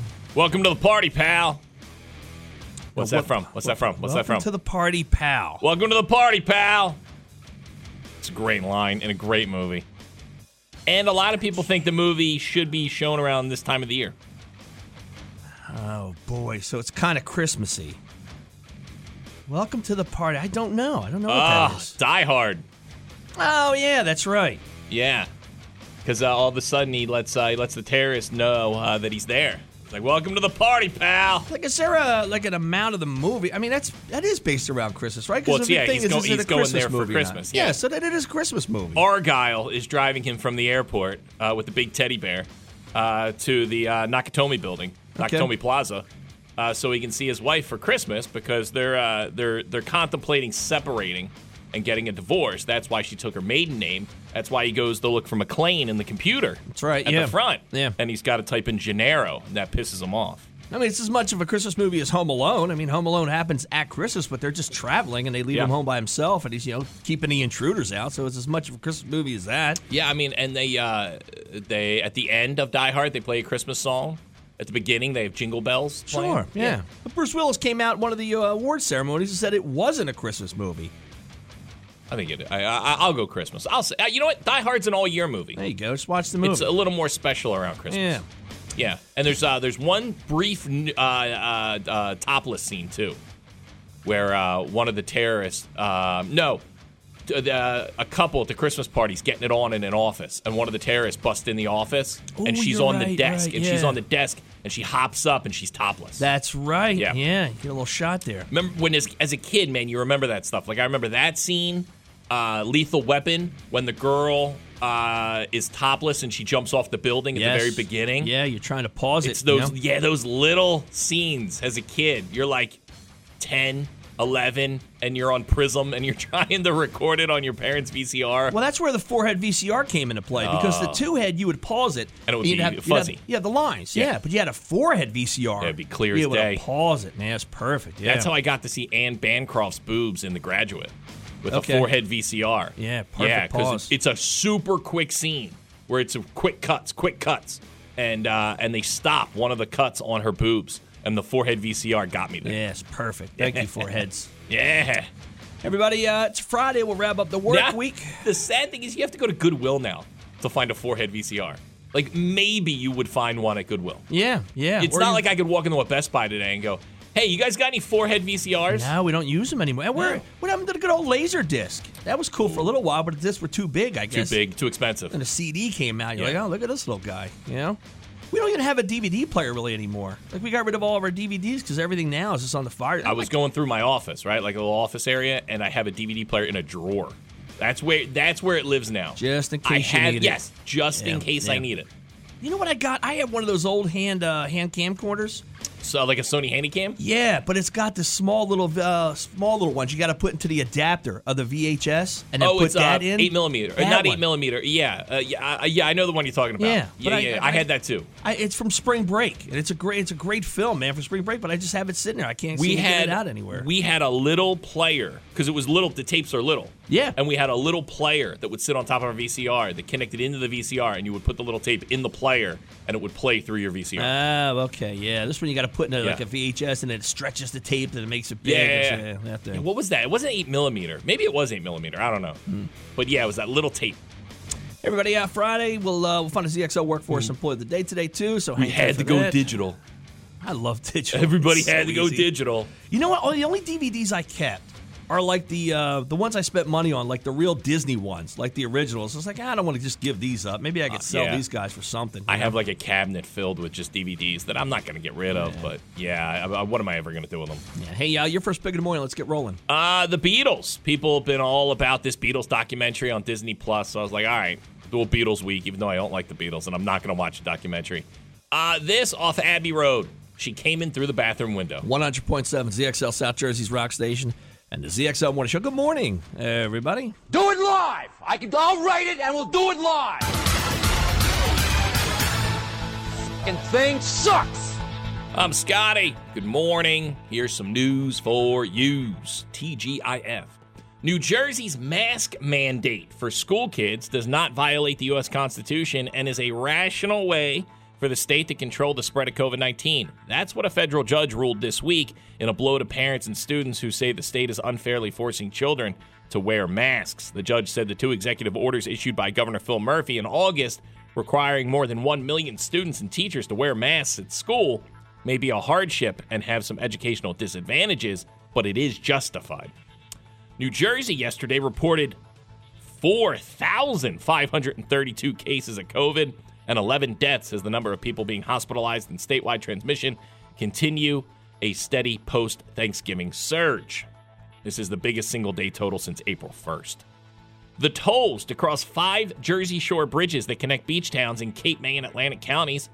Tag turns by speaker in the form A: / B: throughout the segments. A: Welcome to the party, pal. What's
B: Well,
A: that from? What's that from? What's that
B: Welcome
A: from?
B: to the party, pal.
A: Welcome to the party, pal. It's a great line and a great movie. And a lot of people think the movie should be shown around this time of the year.
B: Oh boy, so it's kind of Christmassy. Welcome to the party. I don't know. I don't know what
A: Ah,
B: that is.
A: Die Hard.
B: Oh yeah, that's right.
A: Yeah, because uh, all of a sudden he lets uh, he lets the terrorist know uh, that he's there. It's like, welcome to the party, pal.
B: Like, is there a like an amount of the movie? I mean, that's that is based around Christmas, right?
A: Well, it's- yeah,
B: everything
A: he's go-
B: is it
A: he's
B: a
A: going
B: Christmas
A: there for
B: movie or not?
A: Christmas,
B: Yeah.
A: yeah.
B: so that it is a Christmas movie.
A: Argyle is driving him from the airport uh, with the big teddy bear uh, to the uh, Nakatomi building,
B: Okay.
A: Nakatomi Plaza, uh, so he can see his wife for Christmas because they're uh, they're they're contemplating separating and getting a divorce. That's why she took her maiden name. That's why he goes to look for McLean in the computer. That's
B: right,
A: At
B: yeah.
A: the front.
B: Yeah.
A: And he's got to type in Gennaro, and that pisses him off.
B: I mean, it's as much of a Christmas movie as Home Alone. I mean, Home Alone happens at Christmas, but they're just traveling and they leave
A: Yeah.
B: him home by himself, and he's you know keeping the intruders out. So it's as much of a Christmas movie as that.
A: Yeah, I mean, and they uh, they at the end of Die Hard they play a Christmas song. At the beginning they have Jingle Bells. playing.
B: Sure, yeah. But Bruce Willis came out at one of the uh, award ceremonies and said it wasn't a Christmas movie.
A: I think it. I, I, I'll go Christmas. I'll say. uh, You know what? Die Hard's an all-year movie.
B: There you go. Just watch the movie.
A: It's a little more special around Christmas.
B: yeah.
A: Yeah. And there's uh, there's one brief n- uh, uh, uh, topless scene too, where uh, one of the terrorists. Um, no. t- Uh, a couple at the Christmas party's getting it on in an office, and one of the terrorists busts in the office, and
B: Ooh,
A: she's
B: you're
A: on the
B: right,
A: desk,
B: right,
A: and she's
B: yeah.
A: on the desk, and she hops up, and she's topless.
B: That's right.
A: Yeah.
B: yeah. Get a little shot there.
A: Remember when as, as a kid, man, you remember that stuff. Like I remember that scene, uh, Lethal Weapon, when the girl uh, is topless and she jumps off the building at
B: Yes.
A: the very beginning.
B: Yeah, you're trying to pause
A: it's
B: it.
A: those
B: you know?
A: yeah those little scenes as a kid. You're like 10, 11, and you're on Prism and you're trying to record it on your parents' VCR.
B: Well, that's where the four-head VCR came into play because the two-head you would pause it
A: Oh. And it would
B: you'd
A: be
B: have, you'd
A: fuzzy.
B: have- yeah, the lines. Yeah.
A: Yeah.
B: but you had a four-head VCR.
A: Yeah, it'd be clear
B: you
A: as
B: would
A: day.
B: Pause it, man. It's perfect. Yeah.
A: That's how I got to see Anne Bancroft's boobs in The Graduate with
B: Okay.
A: a forehead VCR.
B: Yeah, perfect
A: Yeah,
B: pause.
A: it's a super quick scene where it's a quick cuts, quick cuts, and uh, and they stop one of the cuts on her boobs, and the forehead VCR got me there.
B: Yes, perfect. Thank you, four-heads.
A: Yeah.
B: Everybody, uh, it's Friday. We'll wrap up the work
A: Now,
B: week.
A: The sad thing is you have to go to Goodwill now to find a forehead VCR. Like maybe you would find one at Goodwill.
B: Yeah, yeah.
A: It's
B: Or
A: not
B: you-
A: like I could walk into a Best Buy today and go, "Hey, you guys got any forehead VCRs?"
B: No, we don't use them anymore. And We're,
A: No.
B: What happened to the good old laser disc? That was cool for a little while, but the discs were too big, I
A: Too
B: guess.
A: big, too expensive.
B: And a CD came out. You're
A: Yeah.
B: like, oh, look at this little guy. You know? We don't even have a DVD player really anymore. Like, we got rid of all of our DVDs because everything now is just on the fire.
A: I was going through my office, right, like a little office area, and I have a DVD player in a drawer. That's where that's where it lives now.
B: Just in
A: I
B: case you
A: have,
B: need it.
A: yes, just
B: Yeah,
A: in case I
B: yeah.
A: need it.
B: You know what I got? I have one of those old hand uh, hand camcorders.
A: So like a Sony Handycam.
B: Yeah, but it's got the small little uh, small little ones you got to put into the adapter of the VHS and then
A: oh,
B: put
A: it's
B: that
A: uh,
B: in.
A: eight millimeter,
B: That
A: not
B: one.
A: eight millimeter. Yeah, uh, yeah, I, I- yeah. I know the one you're talking about.
B: Yeah, but
A: yeah,
B: I-
A: yeah.
B: I-
A: I had that too.
B: I, it's from Spring Break, and it's a great it's a great film, man, for Spring Break. But I just have it sitting there. I can't
A: we
B: seem to
A: had
B: get it out anywhere.
A: We had a little player because it was little. The tapes are little.
B: Yeah.
A: and we had a little player that would sit on top of our VCR that connected into the VCR, and you would put the little tape in the player, and it would play through your VCR.
B: oh, okay, yeah. This one you got to put in a, like
A: Yeah.
B: a VHS, and it stretches the tape, and it makes it big.
A: Yeah,
B: It's,
A: yeah, yeah.
B: uh, that thing.
A: Yeah, What was that? It wasn't eight millimeter. Maybe it was eight millimeter. I don't know.
B: Hmm.
A: But yeah, it was that little tape.
B: Everybody, uh, Friday we'll uh, we'll find a ZXL workforce employee of the day today too. So hang tight for that.
A: digital.
B: I love digital.
A: Everybody
B: It's
A: had
B: so
A: to go
B: easy.
A: digital.
B: Oh, You know what? All the only DVDs I kept are like the uh, the ones I spent money on, like the real Disney ones, like the originals. It's like I don't want to just give these up. Maybe I could sell
A: yeah.
B: these guys for something.
A: I
B: you
A: have
B: know?
A: like a cabinet filled with just DVDs that I'm not going to get rid of, but yeah, I, I, what am I ever going to do with them?
B: Yeah. Hey, uh, your first pick of the morning. Let's get rolling.
A: Uh, the Beatles. People have been all about this Beatles documentary on Disney Plus, so I was like, all right, do a Beatles week, even though I don't like the Beatles, and I'm not going to watch a documentary. Uh, this off Abbey Road. She came in through the bathroom window.
B: One hundred point seven ZXL South Jersey's Rock Station and the ZXL Morning Show. Good morning, everybody.
C: Do it live. I can. I'll write it, and we'll do it live. Fucking thing sucks.
A: I'm Scotty. Good morning. Here's some news for yous. TGIF. New Jersey's mask mandate for school kids does not violate the U.S. Constitution and is a rational way for the state to control the spread of COVID 19. That's what a federal judge ruled this week in a blow to parents and students who say the state is unfairly forcing children to wear masks. The judge said the two executive orders issued by Governor Phil Murphy in August requiring more than 1 million students and teachers to wear masks at school may be a hardship and have some educational disadvantages, but it is justified. New Jersey yesterday reported 4,532 cases of COVID and 11 deaths as the number of people being hospitalized and statewide transmission continue a steady post Thanksgiving surge. This is the biggest single day total since April 1st. The tolls to cross five Jersey Shore bridges that connect beach towns in Cape May and Atlantic counties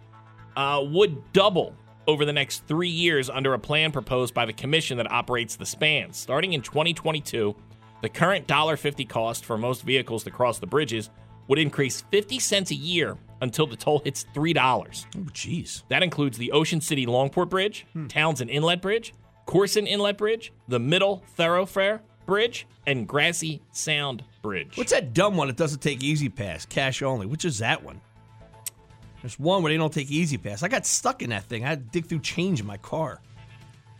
A: uh, would double over the next three years under a plan proposed by the commission that operates the spans. Starting in 2022, the current $1.50 cost for most vehicles to cross the bridges would increase 50 cents a year until the toll hits $3.
B: Oh, jeez.
A: That includes the Ocean City Longport Bridge,
B: Hmm.
A: Townsend Inlet Bridge, Corson Inlet Bridge, the Middle Thoroughfare Bridge, and Grassy Sound Bridge.
B: What's that dumb one that doesn't take Easy Pass, cash only? Which is that one? There's one where they don't take Easy Pass. I got stuck in that thing. I had to dig through change in my car.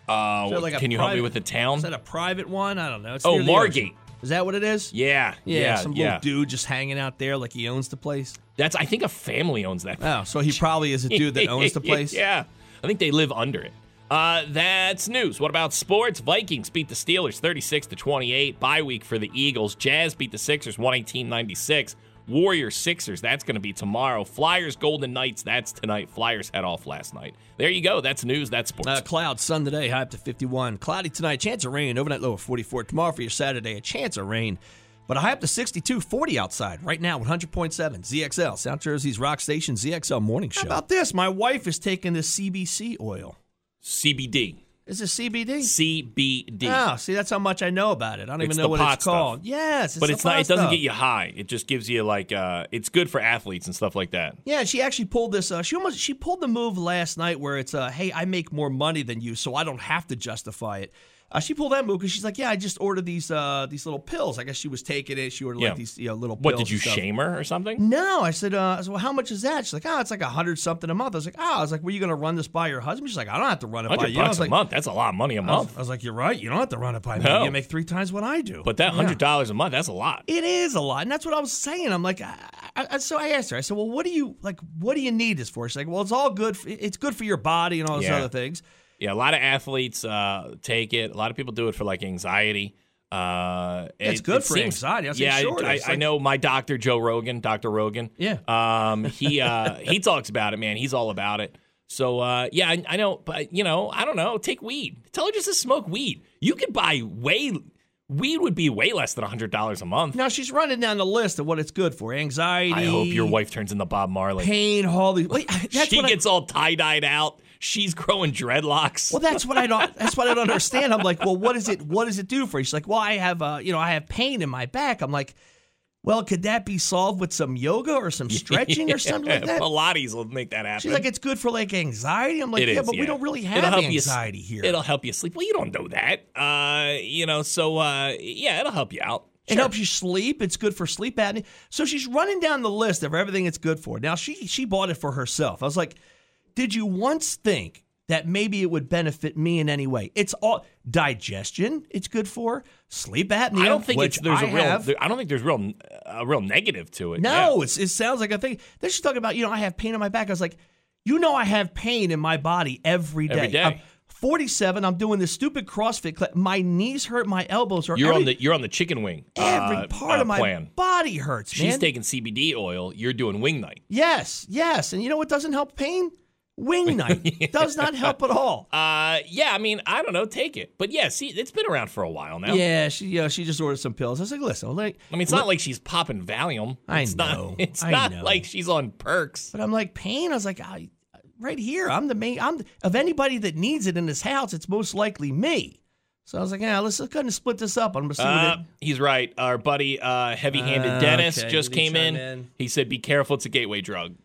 A: uh,
B: Is that like a
A: can you help me
B: private-
A: with the town?
B: Is that a private one? I don't know. It's
A: Oh,
B: near the ocean.
A: Margate.
B: Is that what it is?
A: yeah,
B: Yeah,
A: yeah,
B: some
A: yeah.
B: little dude just hanging out there like he owns the place.
A: That's I think a family owns that.
B: Oh, so he probably is a dude that owns the place.
A: yeah. I think they live under it. Uh, that's news. What about sports? Vikings beat the Steelers 36 to 28. Bye week for the Eagles. Jazz beat the Sixers 118 96. Warriors Sixers, that's going to be tomorrow. Flyers Golden Knights, that's tonight. Flyers had off last night. There you go. That's news. That's sports.
B: Uh, cloud, sun today, high up to 51. Cloudy tonight, chance of rain, overnight low of 44. Tomorrow for your Saturday, a chance of rain, but a high up to 62, 40 outside. Right now, 100.7, ZXL, South Jersey's Rock Station, ZXL Morning Show. How about this? My wife is taking this CBC oil.
A: CBD.
B: Is it CBD?
A: CBD.
B: Oh, see, that's how much I know about it. I don't
A: It's
B: even
A: the
B: know what
A: pot
B: it's
A: stuff.
B: called. Yes,
A: but
B: the
A: it's not.
B: pot
A: It doesn't
B: stuff.
A: get you high. It just gives you like. Uh, it's good for athletes and stuff like that.
B: Yeah, she actually pulled this. Uh, she almost she pulled the move last night where it's, uh, hey, I make more money than you, so I don't have to justify it. Uh, she pulled that move because she's like, yeah, I just ordered these uh, these little pills. I guess she was taking it. She ordered
A: Yeah.
B: like these you know, little.
A: What
B: pills
A: did you
B: and stuff.
A: shame her or something?
B: No, I said. Uh, I said, well, how much is that? She's like, oh, it's like a hundred something a month. I was like, oh, I was like, were you going to run this by your husband? She's like, I don't have to run it by
A: Hundred
B: you. I
A: bucks
B: was
A: a
B: like,
A: month. That's a lot of money a
B: I was,
A: month.
B: I was like, you're right. You don't have to run it by
A: No.
B: me. You make three times what I do.
A: But that
B: Yeah.
A: hundred dollars a month, that's a lot.
B: It is a lot, and that's what I was saying. I'm like, I, I, I- so I asked her. I said, "Well, what do you like? What do you need this for?" She's like, "Well, it's all good. For, it's good for your body and all those
A: Yeah.
B: other things."
A: Yeah, a lot of athletes uh, take it. A lot of people do it for like anxiety. Uh,
B: It's
A: it-
B: good
A: it
B: for
A: seems-
B: anxiety. I said,
A: yeah,
B: sure,
A: I,
B: it's
A: I
B: like-
A: know my doctor, Joe Rogan, Doctor Rogan.
B: Yeah.
A: um, he uh, he talks about it, man. He's all about it. So uh, yeah, I, I know, but you know, I don't know. Take weed. Tell her just to smoke weed. You could buy way weed would be way less than hundred dollars a month.
B: Now she's running down the list of what it's good for: anxiety.
A: I hope your wife turns into Bob Marley.
B: pain. All these. Wait, that's
A: she
B: what I-
A: gets all tie dyed out. She's growing dreadlocks.
B: Well, that's what I don't. That's what I don't understand. I'm like, well, what is it? What does it do for you? She's like, well, I have, uh, you know, I have pain in my back. I'm like, well, could that be solved with some yoga or some stretching or something like that?
A: Pilates will make that happen.
B: She's like, it's good for like anxiety. I'm like,
A: It
B: yeah,
A: is,
B: but we don't really have
A: It'll help you s-
B: anxiety here.
A: It'll help you sleep. Well, you don't know that. Uh, you know, so uh, yeah, it'll help you out.
B: It helps you sleep. It's good for sleep apnea. So she's running down the list of everything it's good for. Now she she bought it for herself. I was like, did you once think that maybe it would benefit me in any way? It's all digestion. It's good for sleep apnea.
A: I don't think
B: which
A: it's, there's
B: I
A: a real.
B: have.
A: there- I don't think there's real a real negative to it.
B: No,
A: Yeah.
B: it's, it sounds like a thing. Then she's talking about, you know, I have pain in my back. I was like, you know, I have pain in my body every day.
A: Every day.
B: I'm 47, I'm doing this stupid CrossFit class. My knees hurt, my elbows hurt.
A: You're
B: every,
A: on the you're on the chicken wing.
B: every
A: uh,
B: part
A: uh,
B: of my
A: plan.
B: body hurts,
A: She's
B: man.
A: taking CBD oil. You're doing wing night.
B: yes, yes. And you know what doesn't help pain? Wing night. Does not help at all.
A: Uh, yeah, I mean, I don't know. Take it, but yeah, see, it's been around for a while now.
B: Yeah, she yeah, she just ordered some pills. I was like, listen, like
A: I mean, it's not like she's popping Valium.
B: I
A: it's
B: know,
A: Not, it's
B: I
A: not
B: know.
A: like she's on perks.
B: But I'm like, pain. I was like, I, right here. I'm the main. I'm of anybody that needs it in this house. It's most likely me. So I was like, yeah, let's go ahead and split this up. I'm gonna see
A: Uh,
B: what it.
A: he's right. Our buddy, uh, heavy-handed
B: Uh,
A: Dennis,
B: okay,
A: just
B: did he
A: came
B: chime
A: in.
B: in?
A: He said, "Be careful. It's a gateway drug.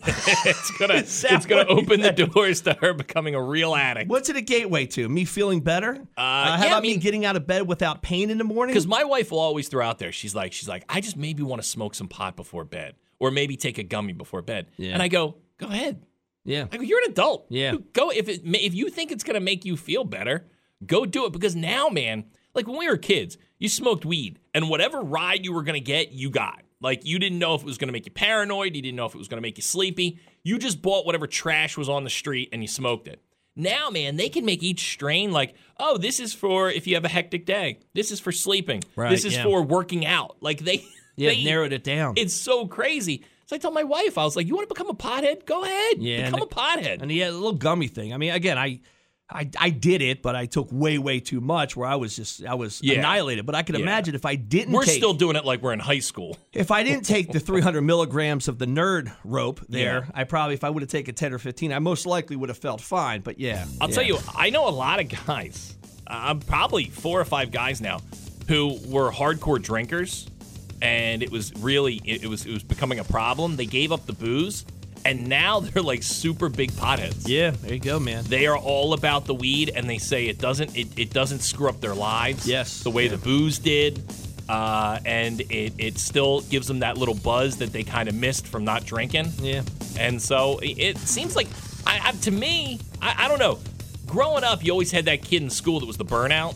A: it's gonna, it's gonna open the doors to her becoming a real addict."
B: What's it a gateway to? Me feeling better? Uh, how
A: yeah,
B: about
A: I
B: me
A: mean-
B: getting out of bed without pain in the morning?
A: Because my wife will always throw out there. She's like, she's like, I just maybe want to smoke some pot before bed, or maybe take a gummy before bed.
B: Yeah.
A: And I go, go ahead.
B: yeah,
A: I go, you're an adult.
B: Yeah.
A: You go if it if you think it's gonna make you feel better, go do it. Because now, man, like when we were kids, you smoked weed, and whatever ride you were gonna get, you got. Like you didn't know if it was gonna make you paranoid, you didn't know if it was gonna make you sleepy. You just bought whatever trash was on the street and you smoked it. Now, man, they can make each strain like, oh, this is for if you have a hectic day. This is for sleeping.
B: Right,
A: this is
B: yeah.
A: for working out. Like they,
B: yeah,
A: they
B: narrowed it down.
A: it's so crazy. So I told my wife, I was like, "You want to become a pothead? Go ahead,
B: Yeah,
A: become a
B: and-
A: pothead."
B: and he had a little gummy thing. I mean, again, I, I, I did it, but I took way, way too much. Where I was just, I was
A: Yeah.
B: annihilated. But I could
A: Yeah.
B: imagine if I didn't.
A: We're
B: take-
A: still doing it like we're in high school.
B: If I didn't take the 300 milligrams of the nerd rope there, I probably, if I would have taken 10 or 15, I most likely would have felt fine. But yeah.
A: I'll
B: yeah.
A: tell you, I know a lot of guys. I'm probably four or five guys now who were hardcore drinkers, and it was really it, it was it was becoming a problem. They gave up the booze, and now they're like super big potheads.
B: Yeah, there you go, man.
A: They are all about the weed, and they say it doesn't it, it doesn't screw up their lives.
B: Yes.
A: the way the booze did, uh, and it it still gives them that little buzz that they kind of missed from not drinking.
B: Yeah.
A: And so it, it seems like, I, I to me, I, I don't know. Growing up, you always had that kid in school that was the burnout,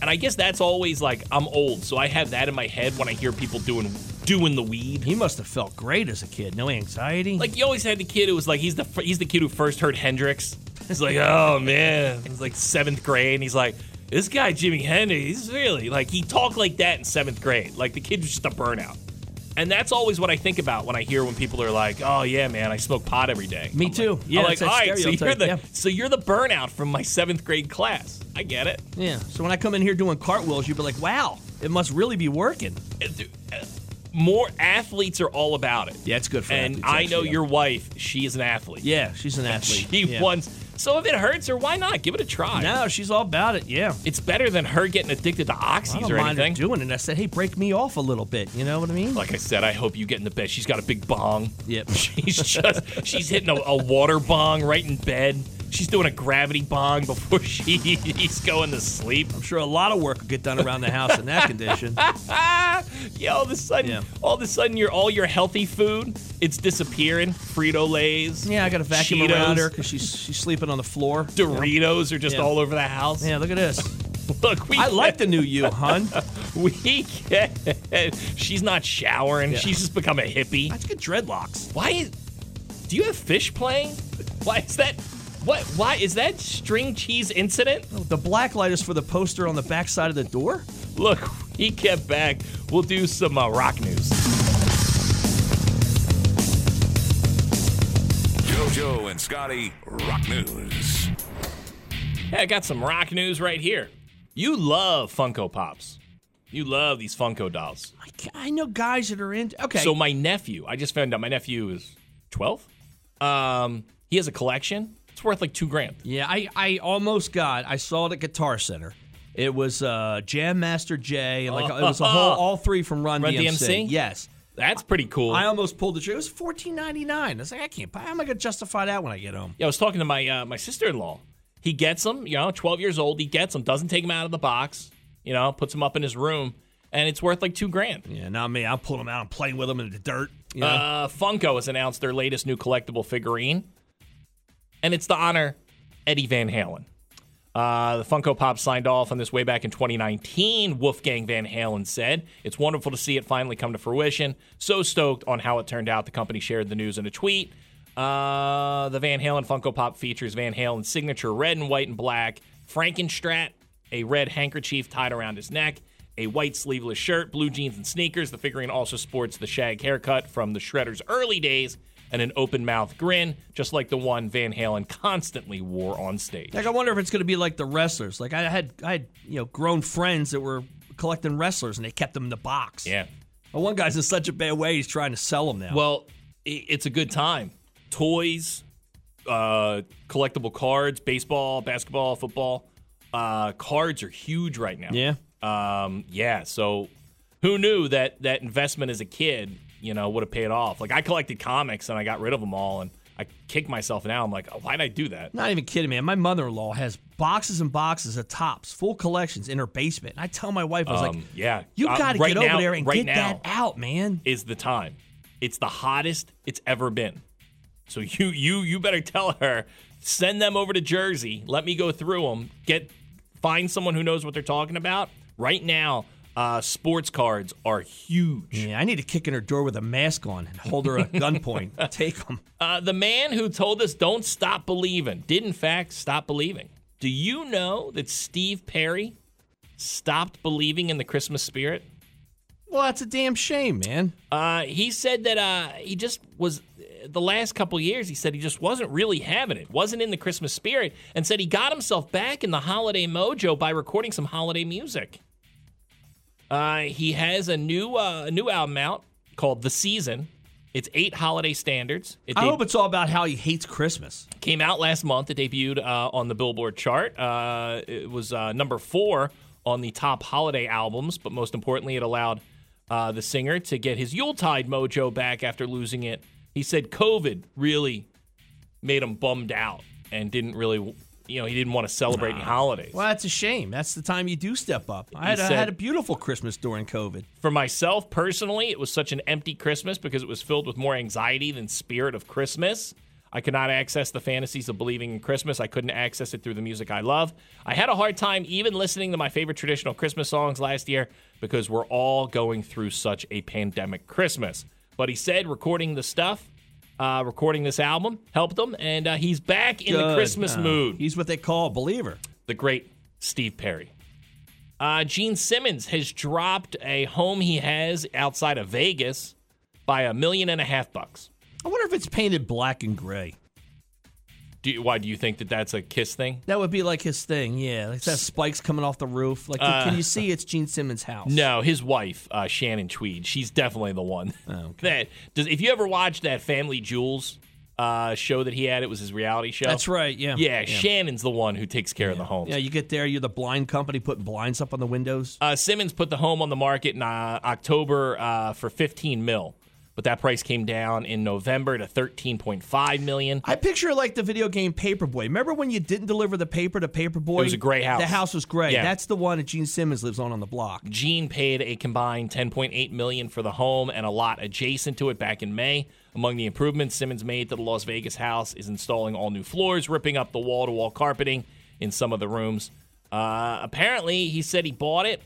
A: and I guess that's always like I'm old, so I have that in my head when I hear people doing doing the weed.
B: He must have felt great as a kid. No anxiety.
A: Like you always had the kid who was like he's the fir- he's the kid who first heard Hendrix. He's like, oh man, he's like seventh grade, and he's like, this guy Jimi Hendrix, he's really like he talked like that in seventh grade. Like the kid was just a burnout, and that's always what I think about when I hear when people are like, oh yeah, man, I smoke pot every day.
B: Me
A: I'm
B: too.
A: Like,
B: Yeah,
A: I'm
B: it's
A: like,
B: that
A: all right, so
B: stereotype,
A: you're the
B: yeah.
A: so you're the burnout from my seventh grade class. I get it.
B: yeah. So when I come in here doing cartwheels, you'd be like, wow, it must really be working.
A: Uh, dude, uh, More athletes are all about it.
B: Yeah, it's good for
A: And
B: athletes,
A: I know
B: actually, yeah.
A: your wife; she is an athlete.
B: Yeah, she's an athlete.
A: She
B: yeah.
A: wants. So if it hurts her, why not? Give it a try.
B: No, she's all about it. Yeah.
A: It's better than her getting addicted to
B: I
A: oxys
B: don't
A: or
B: mind her
A: anything.
B: doing it. I said, hey, break me off a little bit. You know what I mean?
A: like I said, I hope you get in the bed. She's got a big bong.
B: Yep.
A: She's just she's hitting a, a water bong right in bed. She's doing a gravity bong before she's going to sleep.
B: I'm sure a lot of work will get done around the house in that condition.
A: Ah, yeah, all of a sudden,
B: Yeah.
A: all of a sudden, your all your healthy food it's disappearing. Frito Lay's,
B: Yeah, I got to vacuum
A: Cheetos,
B: around her because she's, she's sleeping on the floor.
A: Doritos are just
B: Yeah.
A: all over the house.
B: Yeah, look at this.
A: Look, we
B: I like the new you, hun.
A: We get. She's not showering.
B: Yeah.
A: She's just become a hippie.
B: That's good dreadlocks.
A: Why is? Do you have fish playing? Why is that? What? Why is that string cheese incident?
B: Oh, The black light is for the poster on the back side of the door.
A: Look, we get back. We'll do some uh, rock news.
D: JoJo and Scotty Rock News.
A: Hey, I got some rock news right here. You love Funko Pops. You love these Funko dolls.
B: I, ca- I know guys that are into. Okay.
A: So my nephew, I just found out my nephew is 12. Um, he has a collection. It's worth like two grand.
B: yeah, I, I almost got. I saw it at Guitar Center. It was uh, Jam Master Jay and like it was a whole all three from Run,
A: Run DMC?
B: Yes.
A: That's pretty cool.
B: I almost pulled the trigger. It was fourteen ninety nine. I was like, I can't buy. How am I gonna justify that when I get home?
A: Yeah, I was talking to my uh, my sister in law. He gets them, you know, 12 years old. He gets them, doesn't take them out of the box, you know, puts them up in his room, and it's worth like two grand.
B: Yeah, not me. I'm pulling them out. I'm playing with them in the dirt. You know?
A: Uh, Funko has announced their latest new collectible figurine, and it's to honor Eddie Van Halen. Uh, the Funko Pop signed off on this way back in 2019, Wolfgang Van Halen said. It's wonderful to see it finally come to fruition. So stoked on how it turned out. The company shared the news in a tweet. Uh, the Van Halen Funko Pop features Van Halen's signature red and white and black Frankenstrat, a red handkerchief tied around his neck, a white sleeveless shirt, blue jeans, and sneakers. The figurine also sports the shag haircut from the Shredder's early days and an open mouth grin, just like the one Van Halen constantly wore on stage.
B: Like I wonder if it's going to be like the wrestlers. Like I had, I had you know grown friends that were collecting wrestlers and they kept them in the box.
A: Yeah.
B: Well, one guy's in such a bad way he's trying to sell them now.
A: Well, i- it's a good time. Toys, uh, collectible cards, baseball, basketball, football. Uh, cards are huge right now.
B: Yeah.
A: Um, yeah. So who knew that that investment as a kid, you know, would have paid off? Like I collected comics and I got rid of them all and I kick myself now. I'm like, oh, why'd I do that?
B: Not even kidding, man. My mother in law has boxes and boxes of tops, full collections in her basement. I tell my wife, I was like,
A: yeah.
B: you
A: Uh,
B: got to
A: right
B: get over
A: now-
B: there and get
A: right now.
B: that out, man.
A: Is the time. It's the hottest it's ever been. So you you you better tell her send them over to Jersey. Let me go through them. Get find someone who knows what they're talking about. Right now, uh, sports cards are huge.
B: Yeah, I need to kick in her door with a mask on and hold her at gunpoint. Take them.
A: Uh, the man who told us don't stop believing did in fact stop believing. Do you know that Steve Perry stopped believing in the Christmas spirit?
B: Well, that's a damn shame, man.
A: Uh, he said that uh, he just was the last couple years. He said he just wasn't really having it, wasn't in the Christmas spirit, and said he got himself back in the holiday mojo by recording some holiday music. Uh, he has a new uh, a new album out called The Season. It's eight holiday standards. It
B: I
A: deb-
B: hope it's all about how he hates Christmas.
A: came out last month. It debuted uh, on the Billboard chart. Uh, it was uh, number four on the top holiday albums, but most importantly, it allowed uh, the singer to get his Yuletide mojo back after losing it. He said COVID really made him bummed out and didn't really, you know, he didn't want to celebrate any holidays.
B: Well, that's a shame. That's the time you do step up. I had,
A: said-
B: I had a beautiful Christmas during COVID.
A: For myself personally, it was such an empty Christmas because it was filled with more anxiety than spirit of Christmas. I could not access the fantasies of believing in Christmas. I couldn't access it through the music I love. I had a hard time even listening to my favorite traditional Christmas songs last year because we're all going through such a pandemic Christmas. But he said recording the stuff, uh, recording this album helped him, and uh, he's back in the
B: Good.
A: Christmas
B: Uh,
A: mood
B: He's what they call a believer.
A: the great Steve Perry. Uh, Gene Simmons has dropped a home he has outside of Vegas by a million and a half bucks.
B: I wonder if it's painted black and gray.
A: Do you, why do you think that that's a kiss thing?
B: That would be like his thing, yeah. Like that spikes coming off the roof. Like, can you see it's Gene Simmons' house?
A: No, his wife uh, Shannon Tweed. She's definitely the one
B: Oh,
A: that does. If you ever watched that Family Jewels uh, show that he had, it was his reality show.
B: That's right, yeah.
A: Yeah, Shannon's the one who takes care of the homes.
B: Yeah, you get there, you're the blind company putting blinds up on the windows.
A: Uh, Simmons put the home on the market in uh, October uh, for 15 mil, but that price came down in November to 13.5 million.
B: I picture like the video game Paperboy. Remember when you didn't deliver the paper to Paperboy?
A: It was a gray house.
B: The house was gray.
A: Yeah.
B: That's the one that Gene Simmons lives on on the block.
A: Gene paid a combined 10.8 million for the home and a lot adjacent to it back in May. Among the improvements Simmons made to the Las Vegas house is installing all new floors, ripping up the wall-to-wall carpeting in some of the rooms. Uh, apparently, he said he bought it.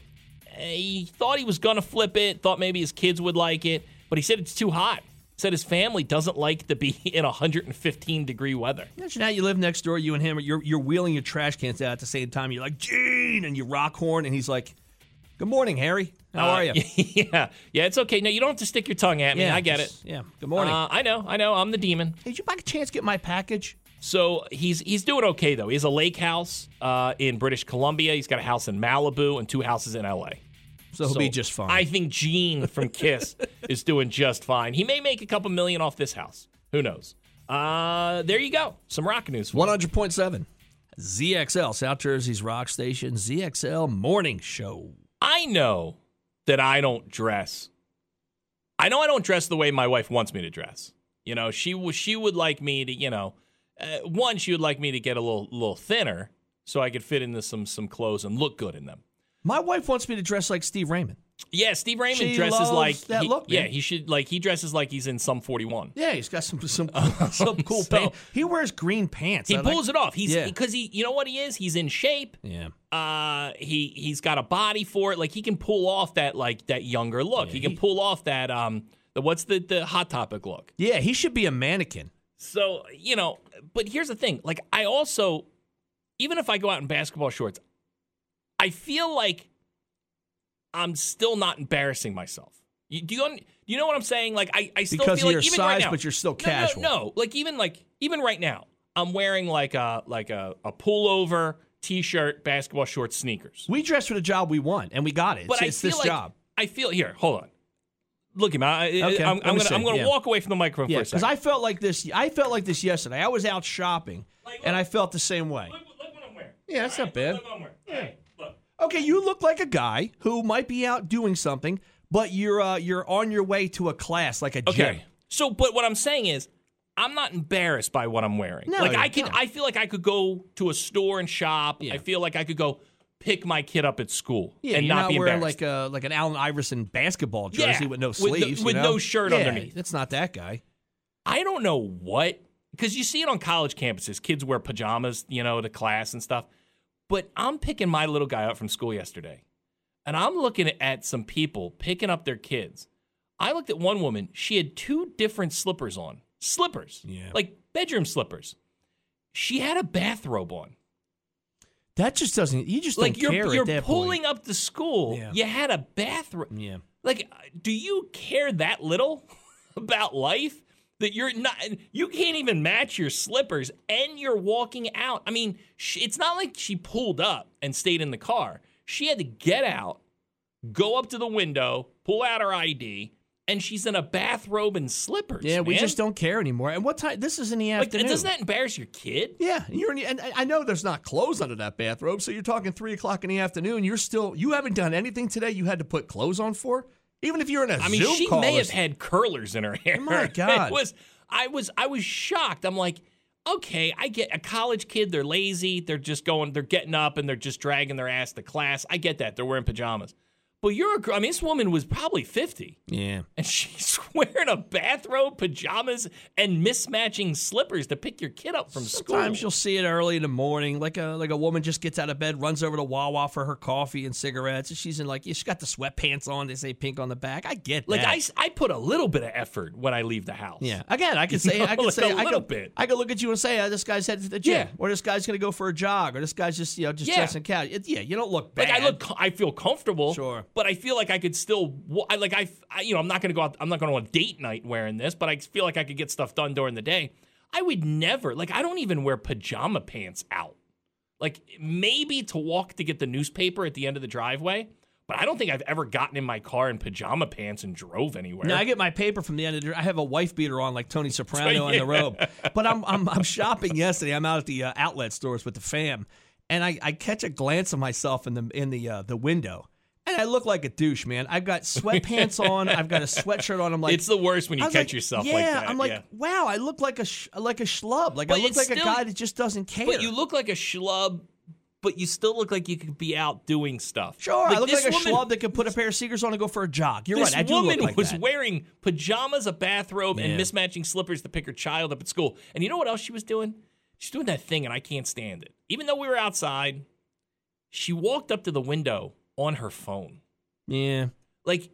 A: Uh, He thought he was gonna flip it. Thought maybe his kids would like it, but he said it's too hot. Said his family doesn't like to be in 115 degree weather.
B: Imagine how you live next door, you and him, you're, you're wheeling your trash cans out at the same time. You're like, Gene! And you rock horn, and he's like, Good morning, Harry. How are you?
A: Uh, yeah, yeah, it's okay. No, you don't have to stick your tongue at me. I get it.
B: just- Yeah. Good morning.
A: Uh, I know, I know. I'm the demon.
B: hey, did you by chance get my package?
A: So he's he's doing okay though. He has a lake house uh, in British Columbia. He's got a house in Malibu and two houses in LA.
B: So he'll
A: So
B: be just fine.
A: I think Gene from Kiss is doing just fine. He may make a couple million off this house. Who knows? Uh, there you go. Some rock news. For you.
B: 100.7 ZXL, South Jersey's rock station, ZXL Morning Show.
A: I know that I don't dress. I know I don't dress the way my wife wants me to dress. You know, she w- she would like me to, you know, uh, one she would like me to get a little little thinner so I could fit into some some clothes and look good in them.
B: My wife wants me to dress like Steve Raymond.
A: Yeah, Steve Raymond
B: She
A: dresses
B: loves
A: like
B: that
A: he-
B: look, man.
A: Yeah, he should like he dresses like he's in some 41.
B: Yeah, he's got some some, some cool
A: Oh, So-
B: pants. He wears green pants.
A: He
B: I like-
A: pulls it off. He's
B: Yeah.
A: because he you know what he is? He's in shape.
B: Yeah.
A: Uh he he's got a body for it. Like he can pull off that like that younger look. he can pull off that um the, what's the the hot topic look?
B: Yeah, he should be a mannequin.
A: So, you know, but here's the thing. Like, I also, even if I go out in basketball shorts, I feel like I'm still not embarrassing myself. You, do you, un- you know what I'm saying? Like, I, I still
B: Because
A: feel
B: of
A: like
B: your
A: even
B: size,
A: right now,
B: but you're still
A: No,
B: casual.
A: No, no, like even like even right now, I'm wearing like a like a, a pullover, t-shirt, basketball shorts, sneakers.
B: We dress for the job we want, and we got it. It's,
A: But I
B: it's
A: feel
B: this
A: like
B: job.
A: I feel here. Hold on. Look at my. I,
B: Okay,
A: I'm,
B: let
A: I'm
B: me
A: gonna
B: see.
A: I'm gonna
B: Yeah.
A: walk away from the microphone
B: Yeah,
A: for a
B: because
A: second.
B: I felt like this. I felt like this yesterday. I was out shopping,
A: Like, look.
B: and I felt the same way.
A: Look, look what I'm wearing.
B: Yeah, that's
A: All
B: not bad.
A: Look what I'm wearing. All right, look.
B: Okay, you look like a guy who might be out doing something, but you're uh, you're on your way to a class, like a gym.
A: Okay. So, but what I'm saying is, I'm not embarrassed by what I'm wearing.
B: No,
A: like
B: you're
A: I can,
B: not.
A: I feel like I could go to a store and shop. I feel like I could go pick my kid up at school
B: Yeah,
A: and
B: you're
A: not,
B: not,
A: be
B: wearing
A: embarrassed.
B: like a like an Allen Iverson basketball jersey
A: Yeah,
B: with no
A: with no-
B: sleeves, you
A: with
B: know?
A: no shirt
B: Yeah,
A: underneath.
B: That's not that guy.
A: I don't know what, because you see it on college campuses. Kids wear pajamas, you know, to class and stuff. But I'm picking my little guy up from school yesterday, and I'm looking at some people picking up their kids. I looked at one woman; she had two different slippers on, slippers,
B: Yeah.
A: like bedroom slippers. She had a bathrobe on.
B: That just doesn't. You just
A: Like
B: don't
A: you're
B: care
A: you're
B: at that
A: pulling
B: point.
A: up to school,
B: Yeah.
A: you had a bathrobe.
B: Yeah.
A: Like, uh, do you care that little about life that you're not? You can't even match your slippers, and you're walking out. I mean, sh it's not like she pulled up and stayed in the car. She had to get out, go up to the window, pull out her ID, and she's in a bathrobe and slippers.
B: Yeah, we
A: man.
B: just don't care anymore. And what time? This is in the
A: Like,
B: afternoon.
A: doesn't that embarrass your kid?
B: Yeah, and you're in the, and I I know there's not clothes under that bathrobe, so you're talking three o'clock in the afternoon. You're still you haven't done anything today. You had to put clothes on for, even if you're in a
A: I mean,
B: Zoom
A: she
B: call
A: may
B: or
A: have had curlers in her hair.
B: My God.
A: it was I was I was shocked. I'm like, okay, I get a college kid. They're lazy. They're just going. They're getting up and they're just dragging their ass to class. I get that. They're wearing pajamas. But you're a girl. I mean, this woman was probably 50,
B: Yeah,
A: and she's wearing a bathrobe, pajamas, and mismatching slippers to pick your kid up from
B: sometimes
A: school.
B: you'll see it early in the morning, like a like a woman just gets out of bed, runs over to Wawa for her coffee and cigarettes, and she's in like she's got the sweatpants on. They say pink on the back. I get
A: like
B: that.
A: I, s- I put a little bit of effort when I leave the house.
B: Yeah. Again, I could say I
A: Like
B: could
A: a
B: say I
A: little
B: could,
A: bit.
B: I could look at you and say oh, this guy's headed to the gym,
A: Yeah.
B: or this guy's going to go for a jog, or this guy's just you know just
A: Yeah.
B: dressing casual. It- Yeah, you don't look bad.
A: Like I look, I feel comfortable.
B: Sure.
A: but I feel like I could still. wa- I like I, I- you know, I'm not gonna go out. I'm not gonna go on a date night wearing this, but I feel like I could get stuff done during the day. I would never. Like I don't even wear pajama pants out. Like maybe to walk to get the newspaper at the end of the driveway, but I don't think I've ever gotten in my car in pajama pants and drove anywhere.
B: No, I get my paper from the end of the. I have a wife beater on like Tony Soprano on
A: Yeah.
B: the robe. But I'm I'm, I'm shopping yesterday. I'm out at the uh, outlet stores with the fam, and I, I catch a glance of myself in the in the uh, the window, and I look like a douche, man. I've got sweatpants on. I've got a sweatshirt on. I'm like.
A: it's the worst when you
B: I
A: catch
B: was like,
A: yourself
B: yeah,
A: like that.
B: I'm like,
A: yeah.
B: wow, I look like a sh- like a schlub. Like
A: But
B: I look
A: it's
B: like a
A: still-
B: guy that just doesn't care.
A: But you look like a schlub, but you still look like you could be out doing stuff.
B: sure, I look
A: this
B: like a
A: woman-
B: schlub that could put a pair of sneakers on and go for a jog. You're
A: This
B: right. I do
A: woman
B: look like
A: was
B: that.
A: wearing pajamas, a bathrobe, and
B: Yeah.
A: mismatching slippers to pick her child up at school. And you know what else she was doing? She's doing that thing, and I can't stand it. Even though we were outside, she walked up to the window on her phone.
B: yeah,
A: Like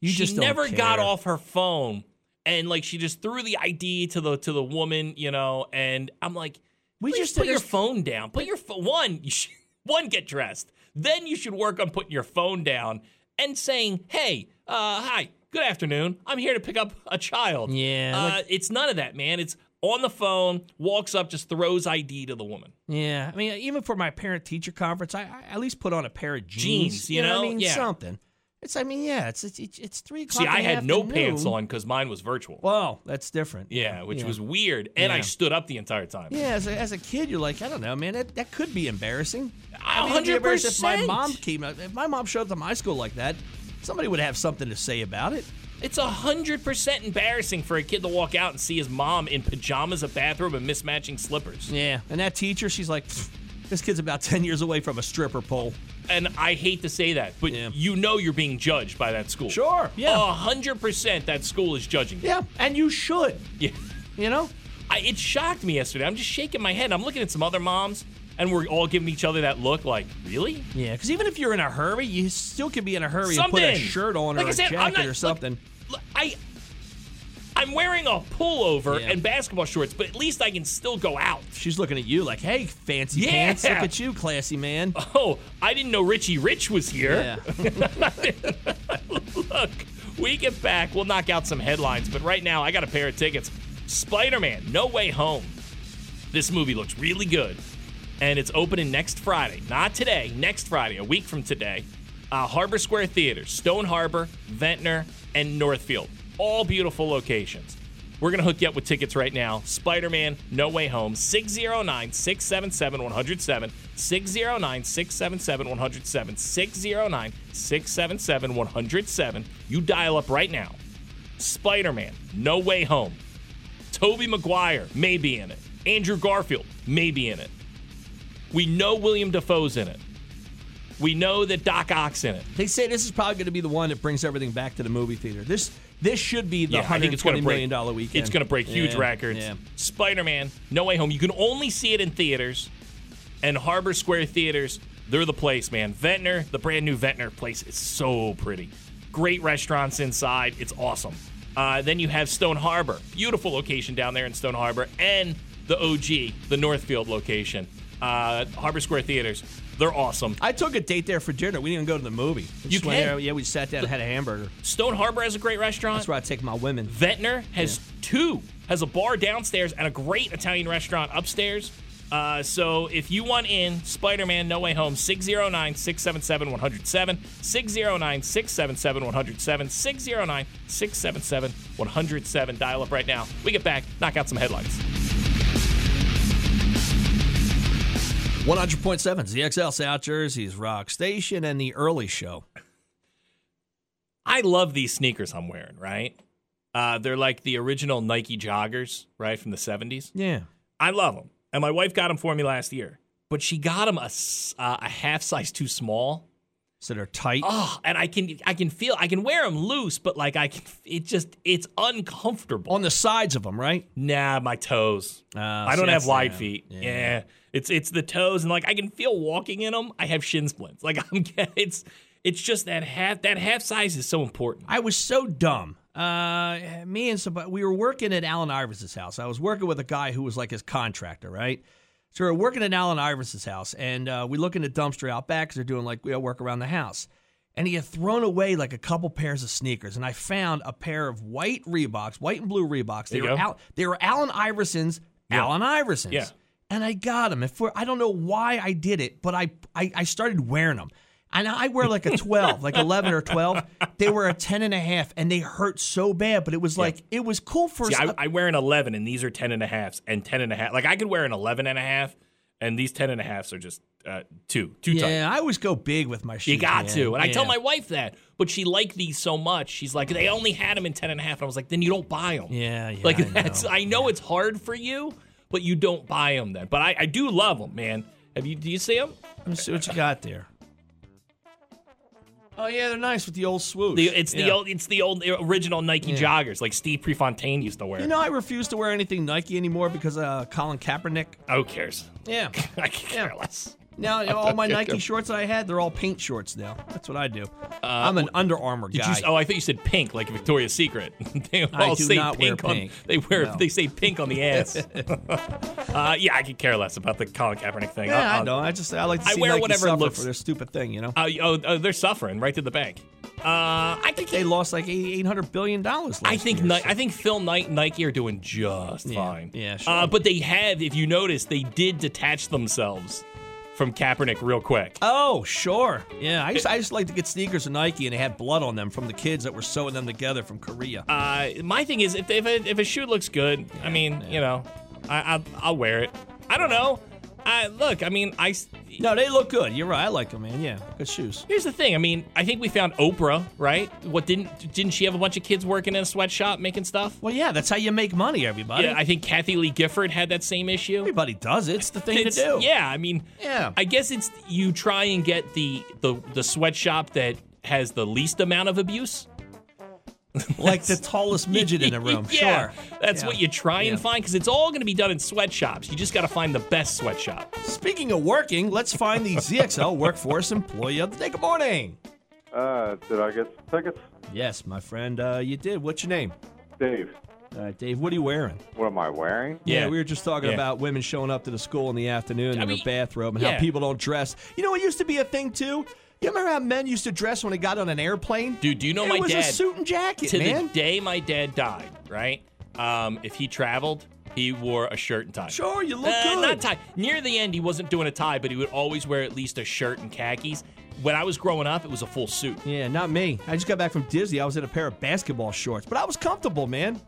B: you
A: she
B: just don't
A: never got
B: care.
A: off her phone, and like she just threw the ID to the to the woman, you know. And I'm like,
B: We
A: please
B: just
A: put
B: did
A: your
B: this-
A: phone down. Put your phone one. You should, one get dressed. Then you should work on putting your phone down and saying, "Hey, uh, hi, good afternoon. I'm here to pick up a child."
B: Yeah,
A: uh,
B: like-
A: it's none of that, man. It's on the phone, walks up, just throws ID to the woman.
B: Yeah, I mean, even for my parent teacher conference, I, I at least put on a pair of jeans.
A: Jeans, you
B: what I
A: know?
B: mean,
A: Yeah.
B: something. It's, I mean, yeah, it's it's it's, it's three o'clock.
A: See, I
B: in the
A: had no
B: afternoon.
A: pants on because mine was virtual.
B: Well, that's different.
A: yeah, which
B: yeah.
A: was weird, and
B: Yeah.
A: I stood up the entire time.
B: Yeah, as a, as a kid, you're like, I don't know, man, that, that could be embarrassing. I mean,
A: A
B: it'd be
A: hundred
B: embarrassing If my
A: percent.
B: mom came, out- if my mom showed up to my school like that, somebody would have something to say about it.
A: It's a hundred percent embarrassing for a kid to walk out and see his mom in pajamas, a bathrobe, and mismatching slippers.
B: Yeah, and that teacher, she's like, "Pfft, this kid's about ten years away from a stripper pole.
A: And I hate to say that, but
B: Yeah.
A: you know you're being judged by that school.
B: Sure, yeah.
A: a hundred percent that school is judging. you.
B: Yeah, and you should,
A: Yeah.
B: you know.
A: I, it shocked me yesterday. I'm just shaking my head. I'm looking at some other moms, and we're all giving each other that look, like, really?
B: Yeah, because even if you're in a hurry, you still can be in a hurry and put a
A: Something.
B: shirt on or
A: Like I
B: a
A: said, I'm
B: jacket
A: not-
B: or
A: look,
B: something.
A: Look, I. I'm I'm wearing a pullover
B: Yeah.
A: and basketball shorts, but at least I can still go out.
B: She's looking at you like, hey, fancy
A: Yeah.
B: pants. Look at you, classy man.
A: Oh, I didn't know Richie Rich was here.
B: Yeah.
A: Look, we get back, we'll knock out some headlines, but right now I got a pair of tickets. Spider Man, No Way Home. This movie looks really good, and it's opening next Friday. Not today, next Friday, a week from today. Uh, Harbor Square Theater, Stone Harbor, Ventnor, and Northfield. All beautiful locations. We're going to hook you up with tickets right now. Spider Man, No Way Home, 609 677 107. 609 677 107. 609 677 107. You dial up right now. Spider Man, No Way Home. Toby Maguire may be in it. Andrew Garfield may be in it. We know William Defoe's in it. We know that Doc Ock's in it.
B: They say this is probably going to be the one that brings everything back to the movie theater. This this should be the
A: Yeah, I think it's going to
B: $120
A: break
B: million dollar weekend.
A: It's going to break huge
B: Yeah,
A: records.
B: yeah.
A: Spider-Man: No Way Home. You can only see it in theaters, and Harbor Square theaters. They're the place, man. Ventnor, the brand new Ventnor place, is so pretty. Great restaurants inside. It's awesome. Uh, then you have Stone Harbor, beautiful location down there in Stone Harbor, and the OG, the Northfield location. Uh, Harbor Square theaters. They're awesome.
B: I took a date there for dinner. We didn't even go to the movie. We
A: You
B: just went
A: can.
B: there. Yeah, we sat down and had a hamburger.
A: Stone Harbor has a great restaurant.
B: That's where I take my women.
A: Ventnor has two, has a bar downstairs and a great Italian restaurant upstairs. Uh, so if you want in, Spider Man No Way Home, 609 677 107, 609 677 107, 609 677 107. Dial up right now. We get back, knock out some headlines.
B: 100.7 ZXL South Jersey's Rock Station and the Early Show.
A: I love these sneakers I'm wearing, right? Uh, they're like the original Nike joggers, right, from the 70s.
B: Yeah.
A: I love them. And my wife got them for me last year, but she got them a, s- uh, a half size too small.
B: So they're tight.
A: Oh, and I can I can feel I can wear them loose, but like I can it just it's uncomfortable.
B: On the sides of them, right?
A: nah, my toes.
B: Ah,
A: I
B: see,
A: don't
B: that's
A: have wide
B: the-
A: feet.
B: yeah.
A: Yeah. it's it's the toes, and like I can feel walking in them. I have shin splints. Like I'm it's it's just that half that half size is so important.
B: I was so dumb. Uh, me and somebody, we were working at Alan Iverson's house. I was working with a guy who was like his contractor, right? So we were working at Alan Iverson's house, and uh, we look in the dumpster out back because they're doing like you know, work around the house. And he had thrown away like a couple pairs of sneakers, and I found a pair of white Reeboks, white and blue Reeboks. They
A: There you
B: were
A: go.
B: Al- they were Alan Iverson's, Alan Iverson's.
A: Yeah.
B: And I got them. And for I don't know why I did it, but I I, I started wearing them. And I wear like a 12, like 11 or 12. They were a 10 and a half, and they hurt so bad. But it was like, it was cool for uh,
A: See,
B: a-
A: I, I wear an 11 and these are 10 and a halfs and 10 and a half. Like I could wear an 11 and a half and these 10 and a halfs are just uh, too, too tight.
B: Yeah, I always go big with my shoes.
A: You got
B: man.
A: to. And I tell
B: Yeah.
A: my wife that, but she liked these so much. She's like, they only had them in 10 and a half. And I was like, then you don't buy them.
B: Yeah, yeah,
A: Like,
B: I
A: that's,
B: know.
A: I know it's hard for you, but you don't buy them then. But I, I do love them, man. Have you, do you see them?
B: Let me see what you got there. Oh, yeah, they're nice with the old swoosh.
A: The, it's the
B: Yeah.
A: old, it's the old original Nike joggers, like Steve Prefontaine used to wear.
B: You know, I refuse to wear anything Nike anymore because uh, Colin Kaepernick.
A: Who cares?
B: Yeah.
A: I could
B: Yeah.
A: care less.
B: Now, you know, all my Nike shorts that I had, they're all paint shorts now. That's what I do. I'm an Under Armour
A: Uh, Did you,
B: guy.
A: s- oh, I thought you said pink, like Victoria's Secret. they all
B: I do
A: say
B: not wear
A: pink on,
B: pink.
A: They wear.
B: No.
A: They say pink on the ass. uh, yeah, I could care less about the Colin Kaepernick thing.
B: yeah,
A: I'll-
B: I don't. I just I like to
A: uh, I
B: see
A: wear
B: Nike
A: whatever
B: suffer
A: looks-
B: for their stupid thing, you know.
A: Uh, oh, oh, they're suffering right to the bank. Uh, I think
B: they lost like eight hundred billion dollars.
A: I think Ni- I think Phil Knight and Nike are doing just fine.
B: yeah, sure.
A: Uh, but they have, if you notice, they did detach themselves from Kaepernick real quick.
B: Oh, sure. Yeah, I used, I used to like to get sneakers from Nike, and they had blood on them from the kids that were sewing them together from Korea.
A: Uh, my thing is, if if a, if a shoe looks good, I mean, you know, I, I I'll wear it. I don't know. I look. I mean, I. s-
B: no, they look good. You're right. I like them, man. Yeah, good shoes.
A: Here's the thing. I mean, I think we found Oprah, right? What didn't didn't she have a bunch of kids working in a sweatshop making stuff?
B: Well, yeah, that's how you make money, everybody.
A: Yeah, I think Kathy Lee Gifford had that same issue.
B: everybody does it. It's the thing to do.
A: It's- Yeah, I mean,
B: Yeah.
A: I guess it's you try and get the the the sweatshop that has the least amount of abuse.
B: like the tallest midget in the room.
A: yeah,
B: Sure.
A: that's
B: Yeah.
A: what you try and
B: Yeah.
A: find because it's all going to be done in sweatshops. You just got to find the best sweatshop.
B: Speaking of working, let's find the ZXL Workforce Employee of the Day. Good morning.
E: Uh, did I get some tickets?
B: Yes, my friend, uh, you did. What's your name?
E: Dave.
B: All right, Dave, what are you wearing?
E: What am I wearing?
B: Yeah, we were just talking
A: Yeah.
B: about women showing up to the school in the afternoon in
A: mean,
B: their bathrobe and
A: yeah.
B: how people don't dress. You know, it used to be a thing too. You remember how men used to dress when they got on an airplane?
A: Dude, do you know
B: it
A: my
B: was
A: dad?
B: a suit and jacket,
A: to
B: man.
A: the day my dad died, right? Um, if he traveled, he wore a shirt and tie.
B: Sure, you look
A: Uh,
B: good.
A: Not tie. Near the end, he wasn't doing a tie, but he would always wear at least a shirt and khakis. When I was growing up, it was a full suit.
B: yeah, not me. I just got back from Disney. I was in a pair of basketball shorts, but I was comfortable, man.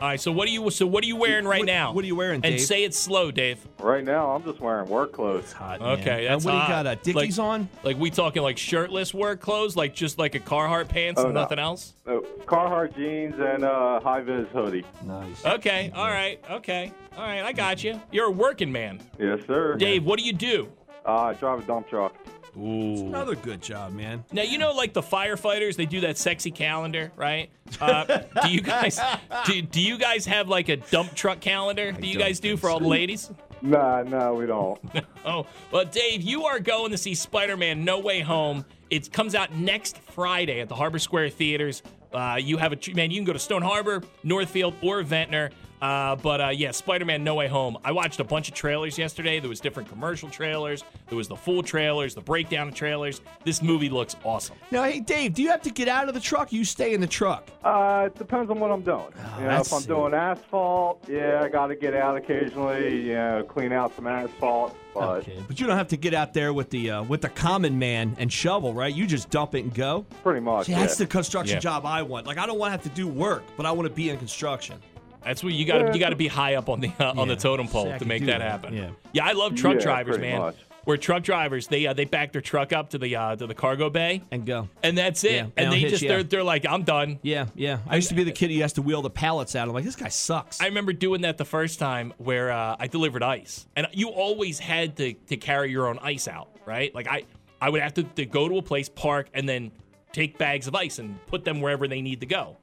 A: All right, so what are you? So what are you wearing right
B: What-
A: now?
B: what are you wearing,
A: And
B: Dave?
A: say it slow, Dave.
E: Right now, I'm just wearing work clothes.
B: Hot, man.
A: Okay,
B: And
A: that's
B: what do you
A: hot.
B: got? Uh, Dickies
A: Uh, Like-
B: on?
A: Like we talking like shirtless work clothes, like just like a Carhartt pants
E: Oh,
A: and
E: no.
A: nothing else.
E: Uh, Carhartt jeans and uh, high vis hoodie.
B: Nice.
A: Okay, all right, okay, all right. I got you. You're a working man,
E: Yes, sir.
A: Dave. What do you do?
E: Uh, I drive a dump truck.
A: Ooh.
B: Another good job, man.
A: Now you know, like the firefighters, they do that sexy calendar, right? Uh, do you guys do, do you guys have like a dump truck calendar? Do you
B: don't
A: guys do for all the ladies?
E: Nah, no, we don't.
A: Oh, well, Dave, you are going to see Spider-Man: No Way Home. It comes out next Friday at the Harbor Square Theaters. Uh, you have a tr- man. You can go to Stone Harbor, Northfield, or Ventnor. Uh, but uh, yeah, Spider-Man: No Way Home. I watched a bunch of trailers yesterday. There was different commercial trailers. There was the full trailers, the breakdown of trailers. This movie looks awesome.
B: Now, hey, Dave, do you have to get out of the truck? You stay in the truck.
E: Uh, it depends on what I'm doing. you know,
B: that's
E: if I'm
B: it.
E: doing asphalt, yeah, I got to get out occasionally. You know, clean out some asphalt. But
B: Okay, Oh, but you don't have to get out there with the uh, with the common man and shovel, right? You just dump it and go.
E: pretty much,
B: See,
E: yeah.
B: that's the construction
A: Yeah.
B: job I want. Like, I don't want to have to do work, but I want to be in construction.
A: That's what you got. to You got to be high up on the uh, on the
B: Yeah,
A: totem pole
B: see, I
A: to
B: can
A: make
B: do
A: that
B: that,
A: happen.
B: yeah.
A: I love truck
E: Yeah,
A: drivers,
E: pretty
A: man.
E: much.
A: Where truck drivers, they uh, they back their truck up to the uh, to the cargo bay,
B: And go.
A: and that's it.
B: Yeah,
A: and
B: they'll
A: they
B: hit
A: just
B: you.
A: they're they're like, I'm done.
B: Yeah, yeah. I used to be the kid who has to wheel the pallets out. I'm like, this guy sucks.
A: I remember doing that the first time where uh, I delivered ice, and you always had to to carry your own ice out, right? Like I I would have to, to go to a place, park, and then take bags of ice and put them wherever they need to go.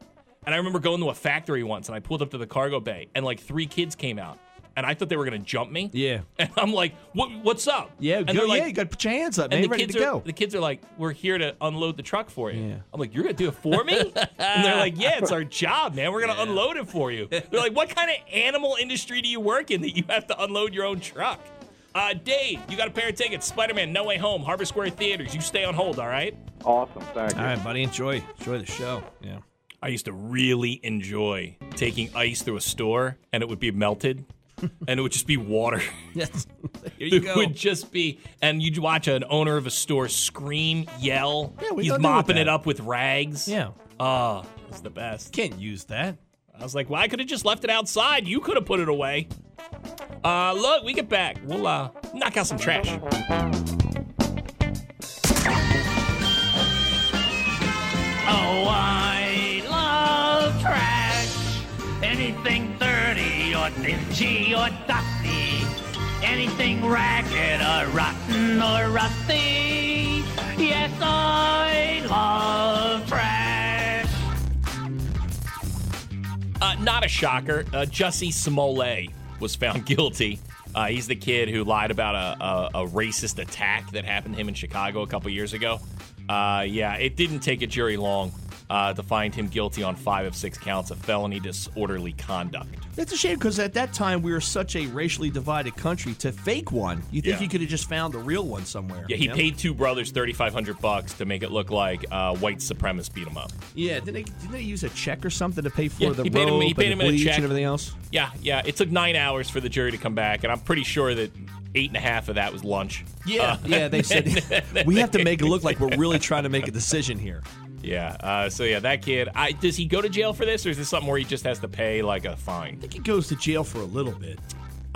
A: And I remember going to a factory once, and I pulled up to the cargo bay, and like three kids came out, and I thought they were gonna jump me.
B: yeah,
A: And I'm like, what, what's up?
B: yeah.
A: and
B: Go, yeah, you got to put your hands up, man.
A: and the
B: Ready
A: kids
B: to
A: are
B: go.
A: the kids are like, we're here to unload the truck for you.
B: Yeah.
A: I'm like, you're gonna do it for me? and they're like, yeah, it's our job, man. We're gonna unload it for you. They're like, what kind of animal industry do you work in that you have to unload your own truck? Uh, Dave, you got a pair of tickets. Spider-Man: No Way Home, Harbor Square Theaters. You stay on hold, all right?
E: awesome. Thank you.
B: All right, buddy. Enjoy, enjoy the show. Yeah.
A: I used to really enjoy taking ice through a store, and it would be melted, and it would just be water.
B: Here
A: It would just be, and you'd watch an owner of a store scream, yell.
B: Yeah, what you
A: He's
B: gonna do with
A: mopping
B: that?
A: it up with rags.
B: Yeah.
A: Oh, it was the best.
B: Can't use that.
A: I was like, well, I could have just left it outside. You could have put it away. Uh, look, we get back. We'll uh, knock out some trash.
F: Oh, I love trash. Anything dirty or dingy or dusty. Anything ragged or rotten or rusty. Yes, I love trash.
A: Uh, not a shocker. Uh, Jussie Smollett was found guilty. Uh, he's the kid who lied about a, a, a racist attack that happened to him in Chicago a couple years ago. Uh, yeah, it didn't take a jury long uh, to find him guilty on five of six counts of felony disorderly conduct.
B: It's a shame because at that time we were such a racially divided country. To fake one, you think
A: Yeah.
B: you could have just found the real one somewhere.
A: Yeah, he
B: you know?
A: paid two brothers thirty five hundred bucks to make it look like uh, white supremacists beat him up.
B: Yeah, didn't they, didn't they use a check or something to pay for
A: Yeah,
B: the
A: he
B: robe
A: paid him- he
B: and
A: paid
B: the
A: him in a
B: bleach
A: check.
B: and everything else?
A: Yeah, yeah. It took nine hours for the jury to come back, and I'm pretty sure that eight and a half of that was lunch. Uh,
B: yeah. They said we have to make it look like we're really trying to make a decision here.
A: yeah. Uh, so yeah, that kid. I, does he go to jail for this, or is this something where he just has to pay like a fine?
B: I think he goes to jail for a little bit,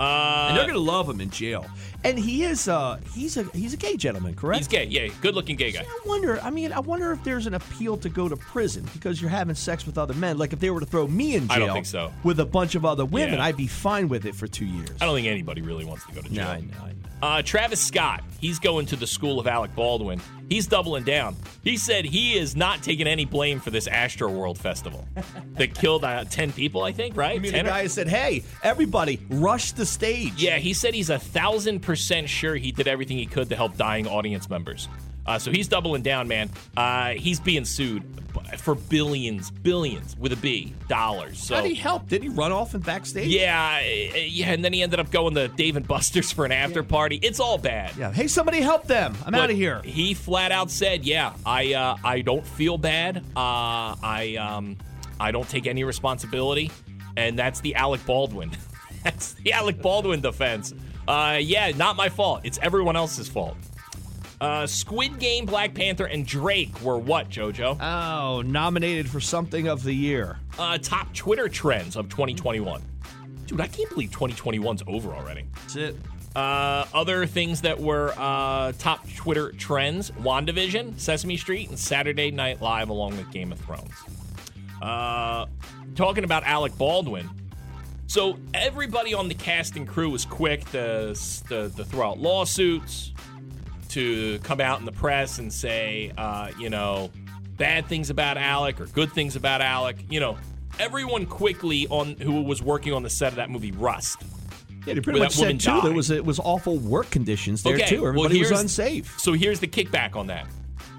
B: and
A: Uh,
B: they're gonna love him in jail. And he is uh he's a he's a gay gentleman, correct?
A: he's gay. Yeah, good looking gay guy.
B: I wonder. I mean, I wonder if there's an appeal to go to prison because you're having sex with other men. Like if they were to throw me in jail,
A: I don't think so.
B: With a bunch of other women,
A: Yeah.
B: I'd be fine with it for two years.
A: I don't think anybody really wants to go to jail.
B: No, I know, I know.
A: Uh, Travis Scott, he's going to the school of Alec Baldwin. He's doubling down. He said he is not taking any blame for this Astro World festival that killed uh, 10 people, I think, right?
B: I mean,
A: 10
B: the
A: or-
B: guy said, "Hey, everybody, rush the stage."
A: yeah, he said he's a thousand percent sure he did everything he could to help dying audience members. Uh, so he's doubling down, man. Uh, he's being sued. But for billions, billions with a B dollars. So
B: How'd he help? Did he run off and backstage?
A: yeah, eh, yeah, and then he ended up going to Dave and Buster's for an after party. It's all bad.
B: Yeah. Hey, somebody help them. I'm out of
A: Look,
B: here.
A: He flat out said, "Yeah, I uh, I don't feel bad. Uh, I um, I don't take any responsibility," and that's the Alec Baldwin. that's the Alec Baldwin defense. Uh, yeah, not my fault. It's everyone else's fault. Uh, Squid Game, Black Panther, and Drake were what, JoJo?
B: Oh, nominated for something of the year.
A: Uh, top Twitter trends of 2021. Dude, I can't believe 2021's over already.
B: That's it.
A: Uh, other things that were uh, top Twitter trends WandaVision, Sesame Street, and Saturday Night Live, along with Game of Thrones. Uh, talking about Alec Baldwin. So, everybody on the cast and crew was quick to, to, to throw out lawsuits, to come out in the press and say, uh, you know, bad things about Alec or good things about Alec. You know, everyone quickly on who was working on the set of that movie, Rust.
B: Yeah, they pretty
A: Where
B: much
A: that woman
B: said too. There
A: died.
B: was it was awful work conditions there too.
A: well,
B: Everybody was
A: here's-
B: unsafe.
A: So here's the kickback on that.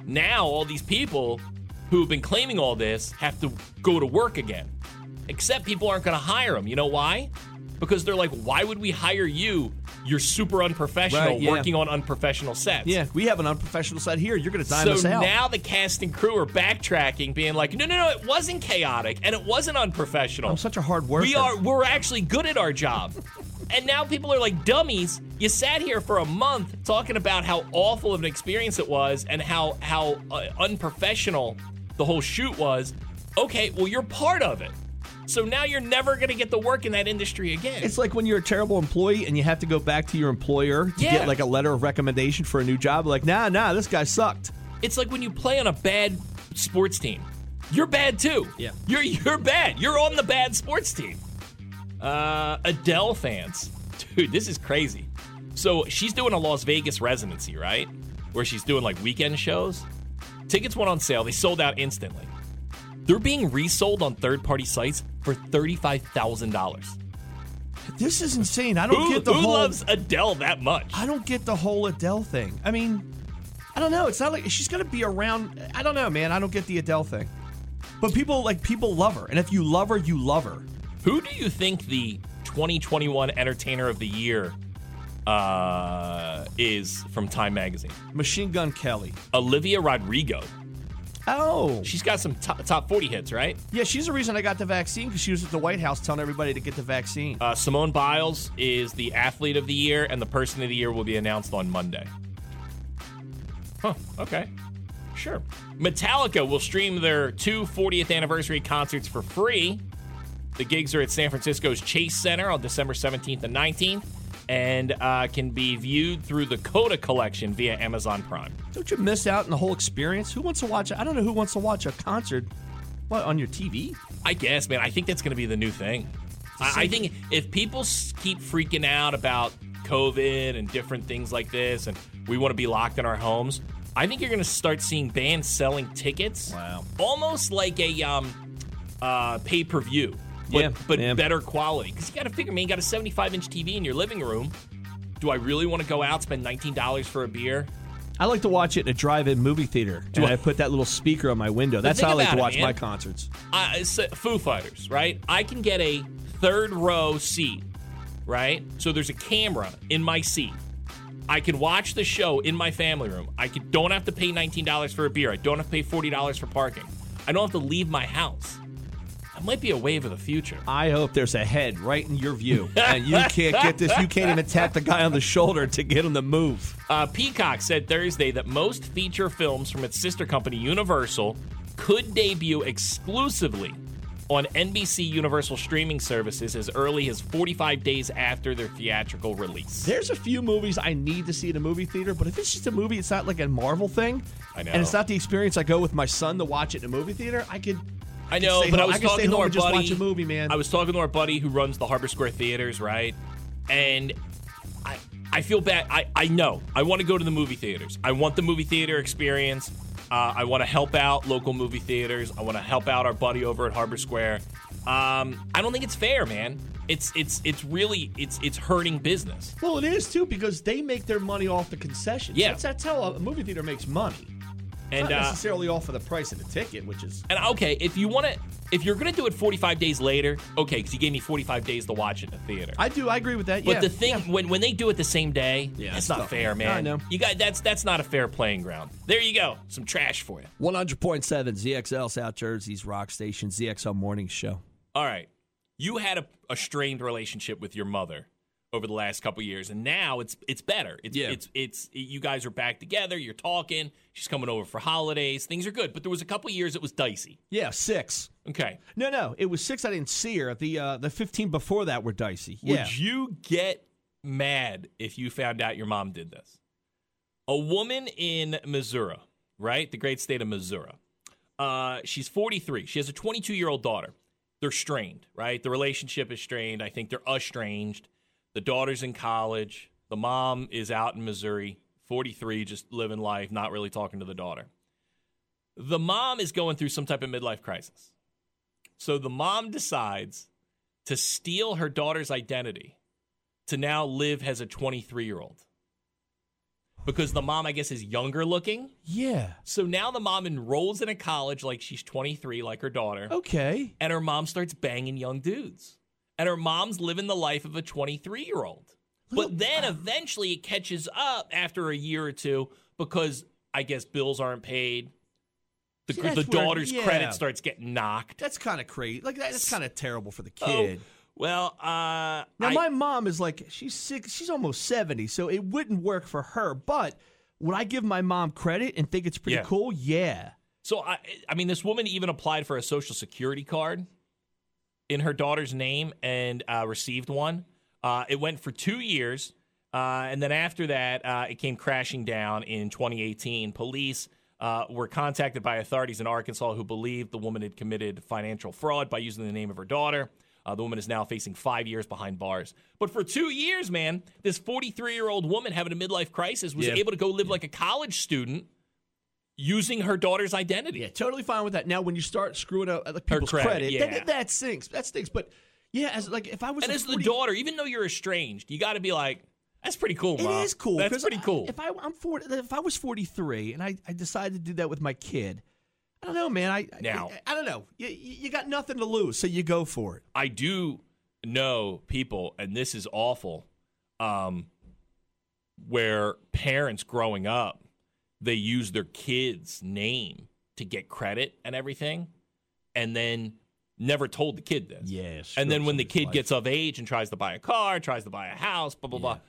A: Now all these people who have been claiming all this have to go to work again. Except people aren't going to hire them. You know why? Because they're like, why would we hire you? You're super unprofessional,
B: Right, yeah.
A: working on unprofessional sets.
B: Yeah, we have an unprofessional side here. You're going to dime
A: So
B: us out.
A: now the cast and crew are backtracking, being like, no, no, no, it wasn't chaotic and it wasn't unprofessional.
B: I'm such a hard worker.
A: We are we're actually good at our job. and now people are like dummies. You sat here for a month talking about how awful of an experience it was and how how uh, unprofessional the whole shoot was. Okay, well you're part of it. So now you're never going to get the work in that industry again.
B: It's like when you're a terrible employee and you have to go back to your employer to
A: Yeah.
B: get like a letter of recommendation for a new job. Like, nah, nah, this guy sucked.
A: it's like when you play on a bad sports team. You're bad too.
B: Yeah.
A: You're you're bad. You're on the bad sports team. Uh, Adele fans, dude, this is crazy. So she's doing a Las Vegas residency, right? Where she's doing like weekend shows. Tickets went on sale. They sold out instantly. They're being resold on third-party sites for thirty-five thousand dollars.
B: This is insane. I don't
A: Who,
B: get the
A: who
B: whole.
A: loves Adele that much?
B: I don't get the whole Adele thing. I mean, I don't know. It's not like she's going to be around. I don't know, man. I don't get the Adele thing. But people like people love her, and if you love her, you love her.
A: Who do you think the 2021 Entertainer of the Year uh, is from Time Magazine?
B: Machine Gun Kelly.
A: Olivia Rodrigo.
B: Oh,
A: She's got some top, top 40 hits, right?
B: yeah. She's the reason I got the vaccine because she was at the White House telling everybody to get the vaccine.
A: Uh, Simone Biles is the Athlete of the Year, and the Person of the Year will be announced on Monday. Huh, okay. Sure. Metallica will stream their two 40th anniversary concerts for free. The gigs are at San Francisco's Chase Center on December 17th and 19th and uh, can be viewed through the Coda collection via Amazon Prime.
B: Don't you miss out on the whole experience? Who wants to watch? I don't know who wants to watch a concert. What on your TV?
A: I guess, man. I think that's going to be the new thing. I, I think if people s- keep freaking out about COVID and different things like this, and we want to be locked in our homes, I think you're going to start seeing bands selling tickets.
B: Wow.
A: Almost like a um, uh, pay per view, but,
B: Yeah,
A: but
B: yeah.
A: better quality. Because you got to figure, man, you got a 75 inch TV in your living room. Do I really want to go out, spend $19 for a beer?
B: I like to watch it in a drive-in movie theater. Do
A: I-
B: I put that little speaker on my window? That's
A: think
B: how I like
A: about
B: to
A: it,
B: watch my
A: man.
B: concerts.
A: I, it's, uh, Foo Fighters, right? I can get a third row seat, right? So there's a camera in my seat. I can watch the show in my family room. I can, don't have to pay $19 for a beer. I don't have to pay $40 for parking. I don't have to leave my house. That might be a wave of the future.
B: I hope there's a head right in your view, and you can't get this. You can't even tap the guy on the shoulder to get him to move.
A: Uh, Peacock said Thursday that most feature films from its sister company Universal could debut exclusively on NBC Universal streaming services as early as 45 days after their theatrical release.
B: There's a few movies I need to see in a movie theater, but if it's just a movie, it's not like a Marvel thing.
A: I know.
B: And it's not the experience I go with my son to watch it in a movie theater. I could.
A: I know,
B: stay
A: but I
B: home-
A: was
B: I could stay
A: talking to
B: home
A: our
B: and just
A: buddy.
B: watch a movie, man.
A: I was talking to our buddy who runs the Harbor Square theaters, right? And I, I feel bad. I, I know. I want to go to the movie theaters. I want the movie theater experience. Uh, I want to help out local movie theaters. I want to help out our buddy over at Harbor Square. Um, I don't think it's fair, man. It's it's it's really it's it's hurting business.
B: Well, it is too because they make their money off the concessions.
A: Yeah.
B: that's, that's how a movie theater makes money.
A: And
B: Not
A: uh,
B: necessarily all for the price of the ticket, which is
A: and okay, if you want to, if you're gonna do it 45 days later, okay, because you gave me 45 days to watch it in the theater.
B: I do I agree with that.
A: But
B: yeah.
A: the thing when when they do it the same day,
B: Yeah,
A: that's
B: it's
A: not
B: tough.
A: fair, man.
B: I know.
A: You got that's that's not a fair playing ground. There you go, some trash for you.
B: 100.7 ZXL South Jersey's Rock Station ZXL Morning Show.
A: All right, you had a, a strained relationship with your mother over the last couple years, and now it's it's better. It's,
B: Yeah.
A: it's it's you guys are back together. You're talking. She's coming over for holidays. Things are good. But there was a couple years it was dicey.
B: Yeah, six.
A: Okay.
B: No, no, it was six. I didn't see her. The uh, the 15 before that were dicey. Yeah.
A: Would you get mad if you found out your mom did this? A woman in Missouri, right? The great state of Missouri. Uh, she's 43. She has a 22 year old daughter. They're strained, right? The relationship is strained. I think they're estranged. The daughter's in college. The mom is out in Missouri, 43, just living life, not really talking to the daughter. The mom is going through some type of midlife crisis. So the mom decides to steal her daughter's identity to now live as a 23 year old. Because the mom, I guess, is younger looking.
B: yeah.
A: So now the mom enrolls in a college like she's 23, like her daughter,
B: Oh. Okay.
A: and her mom starts banging young dudes. And her mom's living the life of a 23 year old. But then eventually it catches up after a year or two because I guess bills aren't paid. The,
B: See,
A: gr- the
B: that's where-
A: daughter's
B: yeah.
A: credit starts getting knocked.
B: That's kind of crazy. Like that, that's kind of terrible for the
A: Oh,
B: kid.
A: well, uh,
B: Now,
A: I-
B: my mom is like, she's six, she's almost 70, so it wouldn't work for her. But would I give my mom credit and think it's pretty
A: Yeah.
B: cool? Yeah.
A: So I, I mean, this woman even applied for a social security card in her daughter's name and uh, received one. Uh, it went for two years, uh, and then after that, uh, it came crashing down in 2018. Police. Uh, were contacted by authorities in Arkansas who believed the woman had committed financial fraud by using the name of her daughter. Uh, the woman is now facing five years behind bars. But for two years, man, this 43 year old woman having a midlife crisis was
B: Yeah.
A: able to go live like a college student using her daughter's identity.
B: Yeah, totally fine with that. Now, when you start screwing up other people's
A: credit,
B: credit,
A: yeah.
B: that, that stinks. That stinks. But yeah, as like if I was
A: and
B: a
A: as the
B: 40
A: daughter, even though you're estranged, you got to be like, that's pretty cool, Mom.
B: It is cool.
A: That's
B: 'cause
A: pretty
B: I-
A: cool.
B: if I I'm 40, if I was 43 and I, I decided to do that with my kid, I don't know, man. I I-
A: Now.
B: I, I don't know. You, you got nothing to lose, so you go for it.
A: I do know people, and this is awful, um, where parents growing up, they use their kid's name to get credit and everything, and then never told the kid this.
B: Yeah, screw
A: And then
B: up
A: when the
B: somebody's
A: kid
B: life.
A: gets of age and tries to buy a car, tries to buy a house, blah, blah, blah,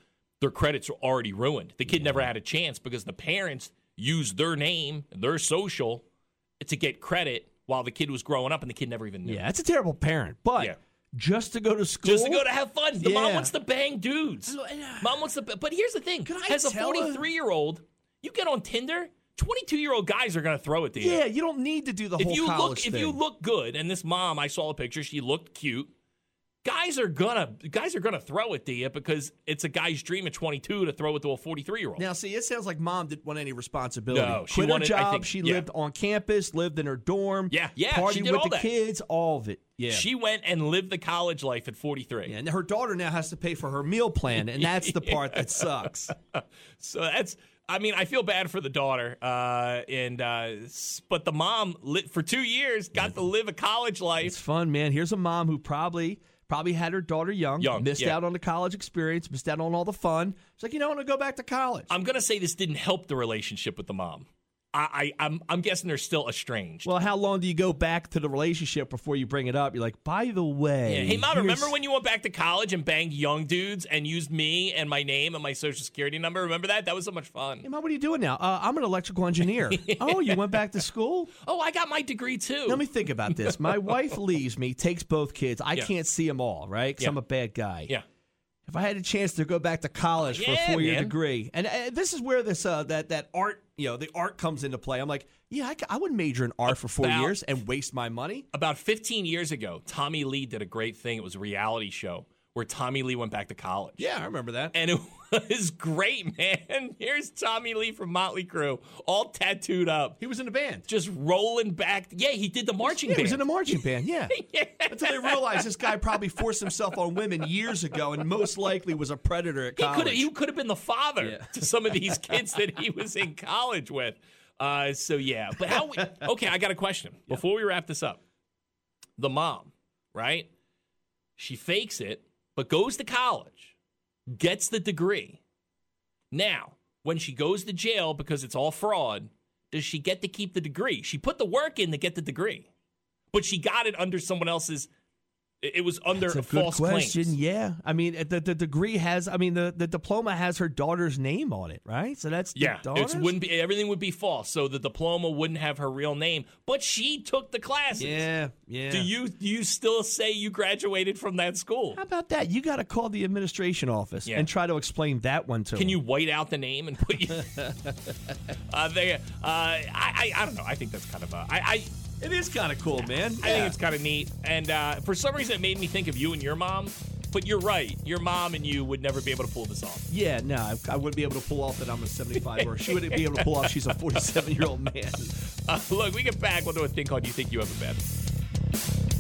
A: their credits are already ruined. The kid never had a chance because the parents used their name, their social, to get credit while the kid was growing up and the kid never even knew.
B: Yeah, that's a terrible parent, but
A: Yeah.
B: just to go to school,
A: Just to go to have fun. The mom
B: Yeah.
A: wants to bang dudes. Mom wants to. But here's the thing:
B: Could I
A: as a
B: tell her?
A: 43 year old, you get on Tinder, 22 year old guys are gonna throw at you.
B: yeah, you don't need to do the
A: If
B: whole
A: you look,
B: college
A: if you
B: thing.
A: look good, and this mom, I saw a picture. She looked cute. Guys are gonna guys are gonna throw it to you because it's a guy's dream at 22 to throw it to a 43 year old.
B: Now, see, it sounds like mom didn't want any responsibility.
A: No, she
B: Quit
A: wanted- I
B: her job.
A: think-
B: she
A: yeah.
B: lived on campus, lived in her dorm.
A: Yeah, yeah,
B: Partied
A: she did
B: with
A: all
B: the
A: that.
B: kids, all of it. Yeah.
A: She went and lived the college life at 43.
B: yeah, and her daughter now has to pay for her meal plan, and that's the part that sucks.
A: So that's. I mean, I feel bad for the daughter, uh, and uh, s- but the mom lit for two years got to live a college
B: It's
A: life.
B: fun, man. Here's a mom who probably probably had her daughter young,
A: Young,
B: missed
A: yeah.
B: out on the college experience, missed out on all the fun. She's like, you know, I'm gonna go back to college.
A: I'm gonna say this didn't help the relationship with the mom. I, I I'm I'm guessing they're still estranged.
B: well, how long do you go back to the relationship before you bring it up? You're like, by the way,
A: Yeah, Hey, mom,
B: here's-
A: remember when you went back to college and banged young dudes and used me and my name and my social security number? Remember that? That was so much
B: Hey,
A: fun.
B: mom, what are you doing now? Uh, I'm an electrical engineer. oh, you went back to school?
A: Oh, I got my degree too.
B: Let me think about this. My wife leaves me, takes both kids. I
A: Yeah.
B: can't see them all, right? Because
A: Yeah.
B: I'm a bad guy.
A: yeah.
B: If I had a chance to go back to college for
A: Yeah,
B: a four-year
A: man.
B: degree, and uh, this is where this uh, that that art, you know, the art comes into play. I'm like, yeah, I, c- I would major in art for four
A: About-
B: years and waste my money.
A: About 15 years ago, Tommy Lee did a great thing. It was a reality show where Tommy Lee went back to college.
B: Yeah, I remember that.
A: and it was great, man. Here's Tommy Lee from Motley Crue, all tattooed up,
B: he was in a band.
A: just rolling back. Yeah, he did the marching
B: Yeah, he
A: band.
B: was in a marching band. Yeah. Until they realized this guy probably forced himself on women years ago, and most likely was a predator at
A: he could
B: college.
A: have he could have been the father
B: Yeah.
A: to some of these kids that he was in college with. Uh, so yeah, but how? We, okay, I got a question before we wrap this up. The mom, right? She fakes it, but goes to college, gets the degree. Now, when she goes to jail because it's all fraud, does she get to keep the degree? She put the work in to get the degree, but she got it under someone else's. It it was under
B: It's a good
A: false
B: question.
A: claims.
B: Yeah, I mean the, the degree has, I mean the, the diploma has her daughter's name on it, right? So that's the
A: Yeah,
B: daughter's?
A: it wouldn't be everything would be false. So the diploma wouldn't have her real name, but she took the classes.
B: Yeah, yeah.
A: Do you do you still say you graduated from that school?
B: How about that? You got to call the administration office
A: Yeah.
B: and try to explain that one to
A: Can
B: them.
A: you white out the name and put you? uh, there, uh, I, I I don't know. I think that's kind of a I. I
B: It is kind of cool, man.
A: I think it's kind of neat, and uh, for some reason, it made me think of you and your mom. But you're right; your mom and you would never be able to pull this off.
B: Yeah, no, I, I wouldn't be able to pull off that I'm a 75 or she wouldn't be able to pull off she's a 47 year old man.
A: Uh, look, we get back. We'll do a thing called "You Think You Have a Bet."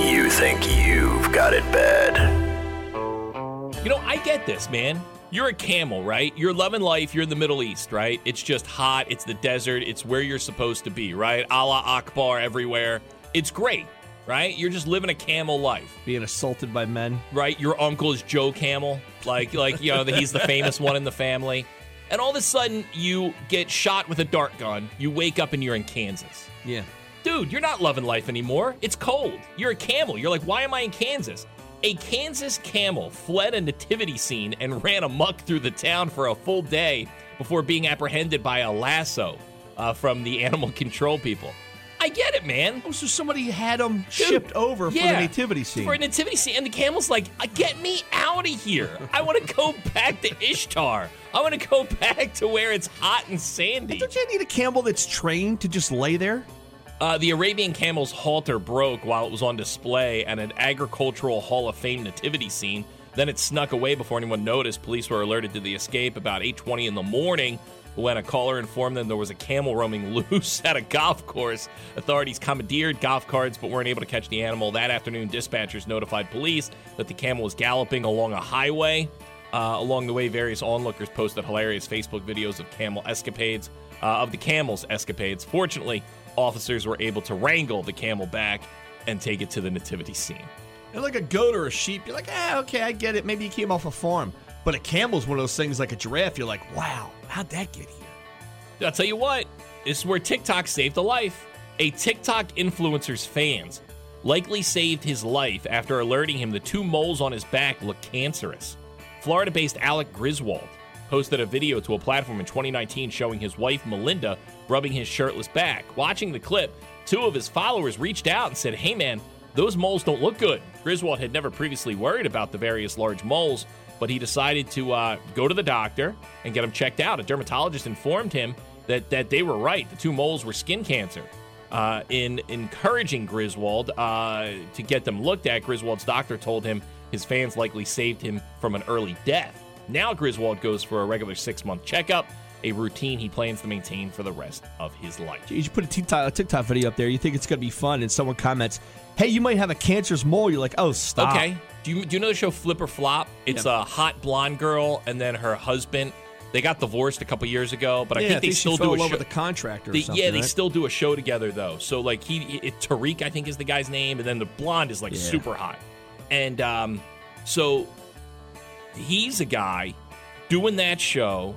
G: You think you've got it bad.
A: You know, I get this, man. You're a camel, right? You're loving life. You're in the Middle East, right? It's just hot. It's the desert. It's where you're supposed to be, right? Allah Akbar everywhere. It's great, right? You're just living a camel life,
B: Being assaulted by men.
A: right? Your uncle is Joe Camel, like, like you know, that he's the famous one in the family. And all of a sudden, you get shot with a dart gun. You wake up and you're in Kansas
B: Yeah.
A: dude, you're not loving life anymore. It's cold. You're a camel. You're like, why am I in Kansas? A Kansas camel fled a nativity scene and ran amok through the town for a full day before being apprehended by a lasso uh, from the animal control people. I get it, man.
B: Oh, so somebody had them
A: Dude,
B: shipped over for
A: yeah,
B: the nativity scene.
A: For a nativity scene, and the camel's like, "Uh, "Get me out of here! I want to go back to Ishtar. I want to go back to where it's hot and sandy."
B: Don't you need a camel that's trained to just lay there?
A: Uh, the Arabian camel's halter broke while it was on display at an agricultural Hall of Fame nativity scene. Then it snuck away before anyone noticed. Police were alerted to the escape about 8:20 in the morning when a caller informed them there was a camel roaming loose at a golf course. Authorities commandeered golf carts but weren't able to catch the animal. That afternoon, dispatchers notified police that the camel was galloping along a highway. Uh, along the way, various onlookers posted hilarious Facebook videos of camel escapades, uh, of the camel's escapades. Fortunately, officers were able to wrangle the camel back and take it to the nativity scene.
B: And like a goat or a sheep, you're like, ah, okay, I get it. Maybe you came off a farm. But a camel's one of those things like a giraffe, you're like, wow, how'd that get here?
A: I'll tell you what, this is where TikTok saved a life. A TikTok influencer's fans likely saved his life after alerting him the two moles on his back look cancerous. Florida based Alec Griswold posted a video to a platform in 2019 showing his wife Melinda rubbing his shirtless back. Watching the clip, two of his followers reached out and said, Hey man, those moles don't look good. Griswold had never previously worried about the various large moles, but he decided to uh, go to the doctor and get them checked out. A dermatologist informed him that, that they were right. The two moles were skin cancer. Uh, in encouraging Griswold uh, to get them looked at, Griswold's doctor told him his fans likely saved him from an early death. Now Griswold goes for a regular six month checkup, a routine he plans to maintain for the rest of his life.
B: You put a TikTok, a TikTok video up there, you think it's going to be fun, and someone comments, hey, you might have a cancerous mole. You're like, oh, stop.
A: Okay. Do you do you know the show Flip or Flop? It's a hot blonde girl and then her husband. They got divorced a couple years ago, but I
B: Yeah,
A: think they
B: she
A: still
B: fell
A: do a
B: in love
A: show.
B: with the contractor or
A: they-
B: something,
A: yeah, they
B: right?
A: still do a show together though. So like he, it, Tariq, I think is the guy's name, and then the blonde is like super hot. And um, so he's a guy doing that show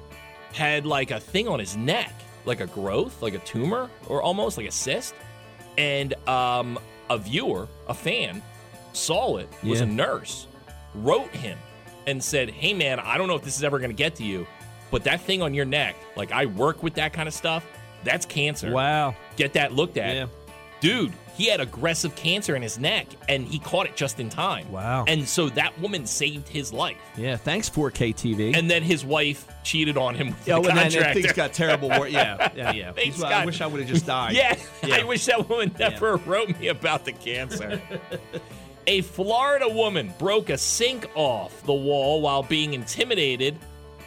A: had like a thing on his neck, like a growth, like a tumor, or almost like a cyst. And um, a viewer, a fan, saw it, was
B: Yeah.
A: a nurse, wrote him and said, Hey man, I don't know if this is ever going to get to you, but that thing on your neck, like I work with that kind of stuff, that's cancer.
B: Wow.
A: Get that looked at.
B: Yeah.
A: Dude, he had aggressive cancer in his neck and he caught it just in time.
B: Wow.
A: And so that woman saved his life
B: Yeah, thanks 4K TV.
A: and then his wife cheated on him with
B: yeah,
A: the
B: when that, that
A: contractor.
B: things got terrible. War- yeah, yeah, yeah.
A: Things
B: That's why I
A: got-
B: wish I would have just died.
A: yeah,
B: Yeah.
A: I wish that woman never wrote me about the cancer. a Florida woman broke a sink off the wall while being intimidated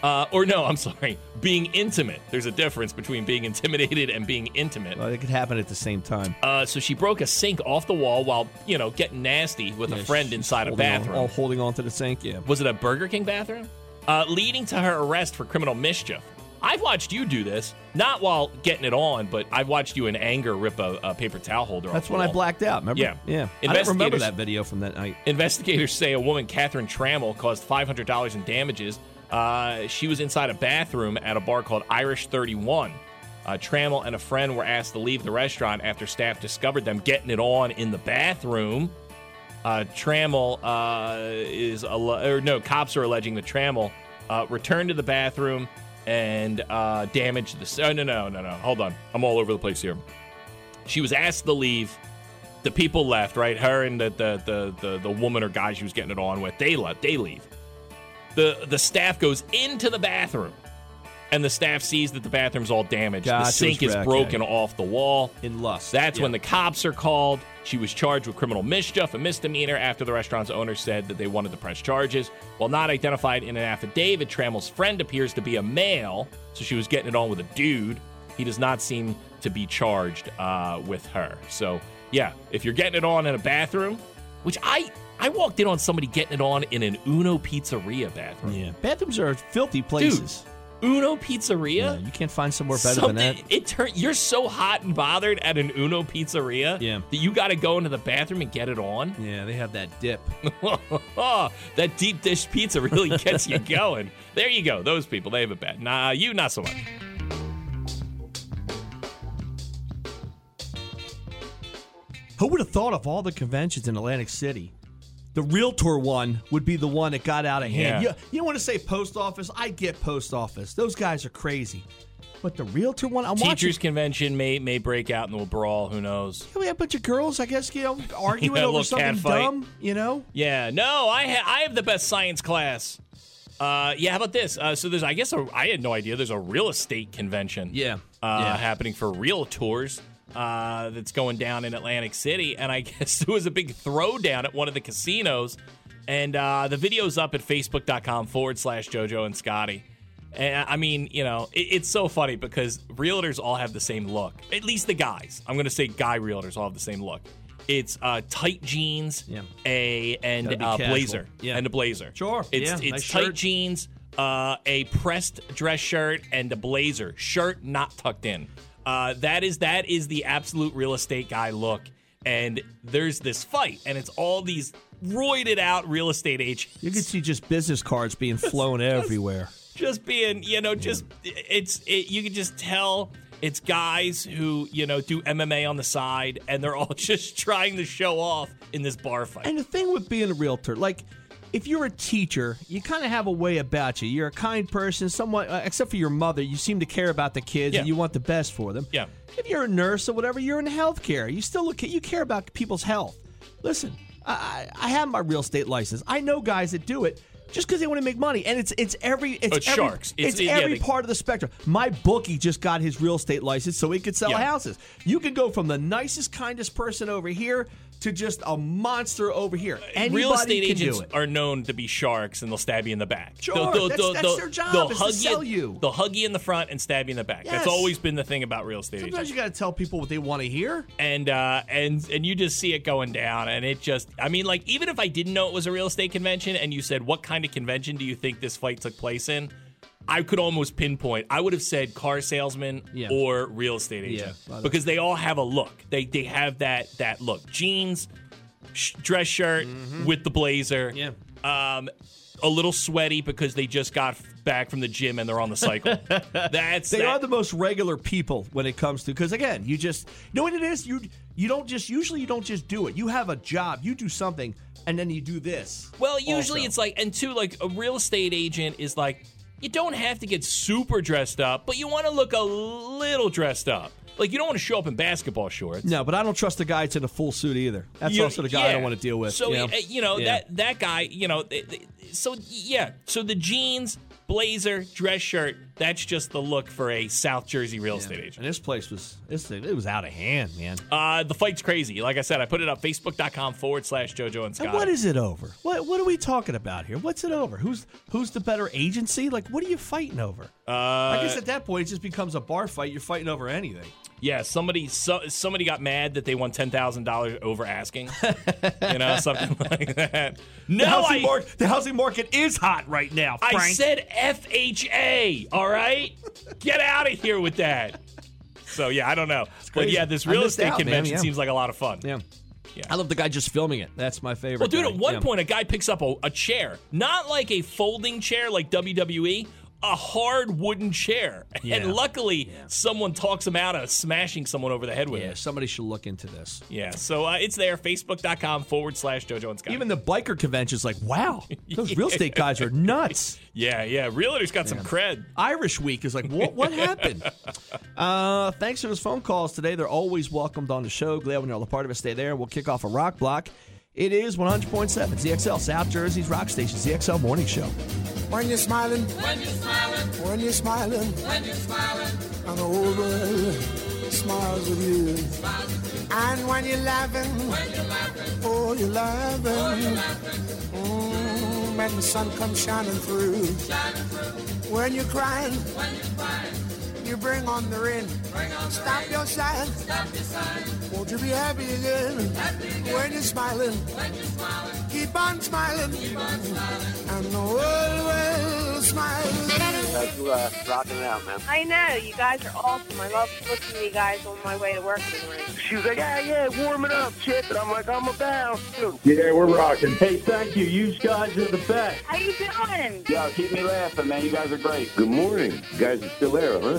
A: Uh, or no, I'm sorry, being intimate. There's a difference between being intimidated and being intimate.
B: Well, it could happen at the same time.
A: Uh, so she broke a sink off the wall while, you know, getting nasty with a
B: Yeah,
A: friend
B: she's
A: inside a
B: holding on-
A: bathroom.
B: oh, holding on to the sink, yeah.
A: Was it a Burger King bathroom? Uh, leading to her arrest for criminal mischief. I've watched you do this, not while getting it on, but I've watched you in anger rip a, a paper towel holder off
B: That's
A: the
B: when I
A: wall.
B: blacked out, remember?
A: Yeah.
B: Yeah. I don't remember
A: Investigators-
B: that video from that night.
A: Investigators say a woman, Catherine Trammell, caused $500 in damages. Uh, she was inside a bathroom at a bar called Irish 31. Uh, Trammell and a friend were asked to leave the restaurant after staff discovered them getting it on in the bathroom. Uh, Trammell uh, is, al- or no, cops are alleging that Trammell uh, returned to the bathroom and uh, damaged the. Oh, no, no, no, no. Hold on. I'm all over the place here. She was asked to leave the people left, right? Her and the the the the, the woman or guy she was getting it on with, they left, they leave. The the staff goes into the bathroom, and the staff sees that the bathroom's all damaged.
B: Gotcha,
A: the
B: it's
A: sink is
B: wrecked,
A: broken
B: yeah.
A: off the wall.
B: In lust.
A: That's
B: yeah.
A: when the cops are called. She was charged with criminal mischief, a misdemeanor, after the restaurant's owner said that they wanted to press charges. While not identified in an affidavit, Trammell's friend appears to be a male, so she was getting it on with a dude. He does not seem to be charged uh, with her. So, yeah, if you're getting it on in a bathroom, which I I walked in on somebody getting it on in an Uno pizzeria bathroom.
B: Yeah. Bathrooms are filthy places.
A: Uno pizzeria?
B: Yeah, you can't find somewhere better than that.
A: It turned. You're so hot and bothered at an Uno pizzeria
B: Yeah.
A: that you got to go into the bathroom and get it on.
B: Yeah, they have that dip.
A: that deep dish pizza really gets you going. There you go. Those people, they have it bad. Nah, you not so much.
B: Who would have thought of all the conventions in Atlantic City? The realtor one would be the one that got out of hand.
A: Yeah.
B: You, you want to say post office? I get post office. Those guys are crazy. But the realtor one, I'm
A: Teachers'
B: watching.
A: convention may may break out and we'll brawl. Who knows?
B: Yeah, we had a bunch of girls, I guess, you know, arguing
A: Yeah, a
B: over
A: little
B: something
A: catfight.
B: dumb, you know?
A: Yeah. No, I ha- I have the best science class. Uh, yeah. How about this? Uh, so there's, I guess, a, I had no idea. There's a real estate convention.
B: Yeah.
A: uh,
B: Yeah.
A: happening for realtors uh, that's going down in Atlantic City. And I guess there was a big throwdown at one of the casinos. And uh, the video's up at facebook.com forward slash JoJo and Scotty. And I mean, you know, it, it's so funny because realtors all have the same look. At least the guys. I'm going to say guy realtors all have the same look. It's uh, tight jeans,
B: Yeah.
A: a and
B: Gotta be
A: uh,
B: casual.
A: blazer,
B: Yeah.
A: and a blazer.
B: Sure.
A: It's
B: Yeah,
A: it's
B: nice
A: tight
B: shirt.
A: jeans, uh, a pressed dress shirt, and a blazer. Shirt not tucked in. Uh, that is that is the absolute real estate guy look. And there's this fight, and it's all these roided out real estate agents
B: You could see just business cards being flown everywhere.
A: just being, you know, just it's it, you can just tell it's guys who you know do MMA on the side, and they're all just trying to show off in this bar fight.
B: And the thing with being a realtor, like if you're a teacher, you kind of have a way about you. You're a kind person, somewhat, uh, except for your mother. You seem to care about the kids and
A: Yeah.
B: you want the best for them.
A: Yeah.
B: If you're a nurse or whatever, you're in healthcare. You still look at, you care about people's health. Listen, I, I I have my real estate license. I know guys that do it just because they want to make money, and it's it's every it's,
A: Oh, It's
B: every,
A: sharks.
B: It's,
A: It's- yeah,
B: every
A: they-
B: part of the spectrum. My bookie just got his real estate license so he could sell
A: Yeah.
B: houses. You could go from the nicest, kindest person over here to just a monster over here. Anybody
A: real estate
B: can
A: agents
B: do it.
A: are known to be sharks, and they'll stab you in the back.
B: Sure, that's- that's their job is to sell you.
A: They'll hug you in the front and stab you in the back.
B: Yes.
A: That's always been the thing about real estate agents.
B: Sometimes you got to tell people what they want to hear.
A: and uh, and and you just see it going down, and it just I mean, like even if I didn't know it was a real estate convention, and you said what kind of convention do you think this fight took place in, I could almost pinpoint. I would have said car salesman
B: Yeah.
A: or real estate agent
B: Yeah.
A: because they all have a look. They they have that that look: jeans, sh- dress shirt with the blazer.
B: Mm-hmm. Yeah.
A: Um, a little sweaty because they just got f- back from the gym and they're on the cycle. That's
B: They
A: that-
B: are the most regular people when it comes to because again, you just you know what it is. You you don't just usually you don't just do it. You have a job. You do something, and then you do this.
A: Well, usually
B: also.
A: it's like, and two, like a real estate agent is like, you don't have to get super dressed up, but you want to look a little dressed up. Like you don't want to show up in basketball shorts.
B: No, but I don't trust the guy that's in a full suit either. That's
A: You-
B: also the guy I don't
A: yeah.
B: want to deal with.
A: So
B: you know,
A: uh, you know
B: Yeah.
A: that that guy, you know, th- th- so yeah, so the jeans, blazer, dress shirt, That's just the look for a South Jersey real estate agent.
B: And this place was this thing, it was out of hand, man.
A: Uh, the fight's crazy. Like I said, I put it up facebook.com forward slash JoJo and Scott.
B: And what is it over? What what are we talking about here? What's it over? Who's who's the better agency? Like what are you fighting over?
A: Uh,
B: I guess at that point it just becomes a bar fight. You're fighting over anything.
A: yeah, somebody so, somebody got mad that they won ten thousand dollars over asking. you know, something like that. No,
B: the, housing
A: I,
B: mark- the housing market is hot right now. Frank.
A: I said FHA. All right, get out of here with that. So yeah, I don't know, but
B: crazy.
A: yeah, this
B: I
A: real
B: missed
A: estate
B: out, man,
A: convention
B: yeah.
A: seems like a lot of fun.
B: Yeah.
A: Yeah.
B: I love the guy just filming it. That's my favorite.
A: Well, dude,
B: guy.
A: at one
B: Yeah.
A: point, a guy picks up a, a chair, not like a folding chair like WWE, a hard wooden chair.
B: Yeah.
A: And luckily, someone talks him out of smashing someone over the head with
B: Yeah,
A: it.
B: somebody should look into this.
A: Yeah, so uh, it's there, facebook.com forward slash JoJo and Scott.
B: Even the biker convention's like, wow, those real estate guys are nuts.
A: yeah, yeah, realtor's got some cred.
B: Irish Week is like, what what happened? Uh, thanks for those phone calls today. They're always welcomed on the show. Glad when you're all a part of it. Stay there. We'll kick off a rock block. It is 100.7 ZXL, South Jersey's rock station, ZXL Morning Show.
H: When you're smiling, when you're smiling, when you're smiling, when you're smiling, and the whole world smiles with you. And when you're laughing, when you're laughing, oh, you're laughing. Mm, when the sun comes shining through. When you're crying, when you're crying, you bring on the rain. Stop your sighing. Stop your sighing. Won't you be happy again? Happy again. When you're smiling, when you're smiling, keep on smiling. Keep on smiling. And the world will smile.
I: Guys, you uh, rocking it out, man.
J: I know, you guys are awesome. I love listening to you guys on my way to work in the morning.
I: She was like, yeah, yeah, warm it up, Chip. And I'm like, I'm about to.
K: Yeah, we're rocking. Hey, thank you. You guys are the best.
J: How you doing?
K: Yo, keep me laughing, man. You guys are great.
I: Good morning. You guys are still there, huh?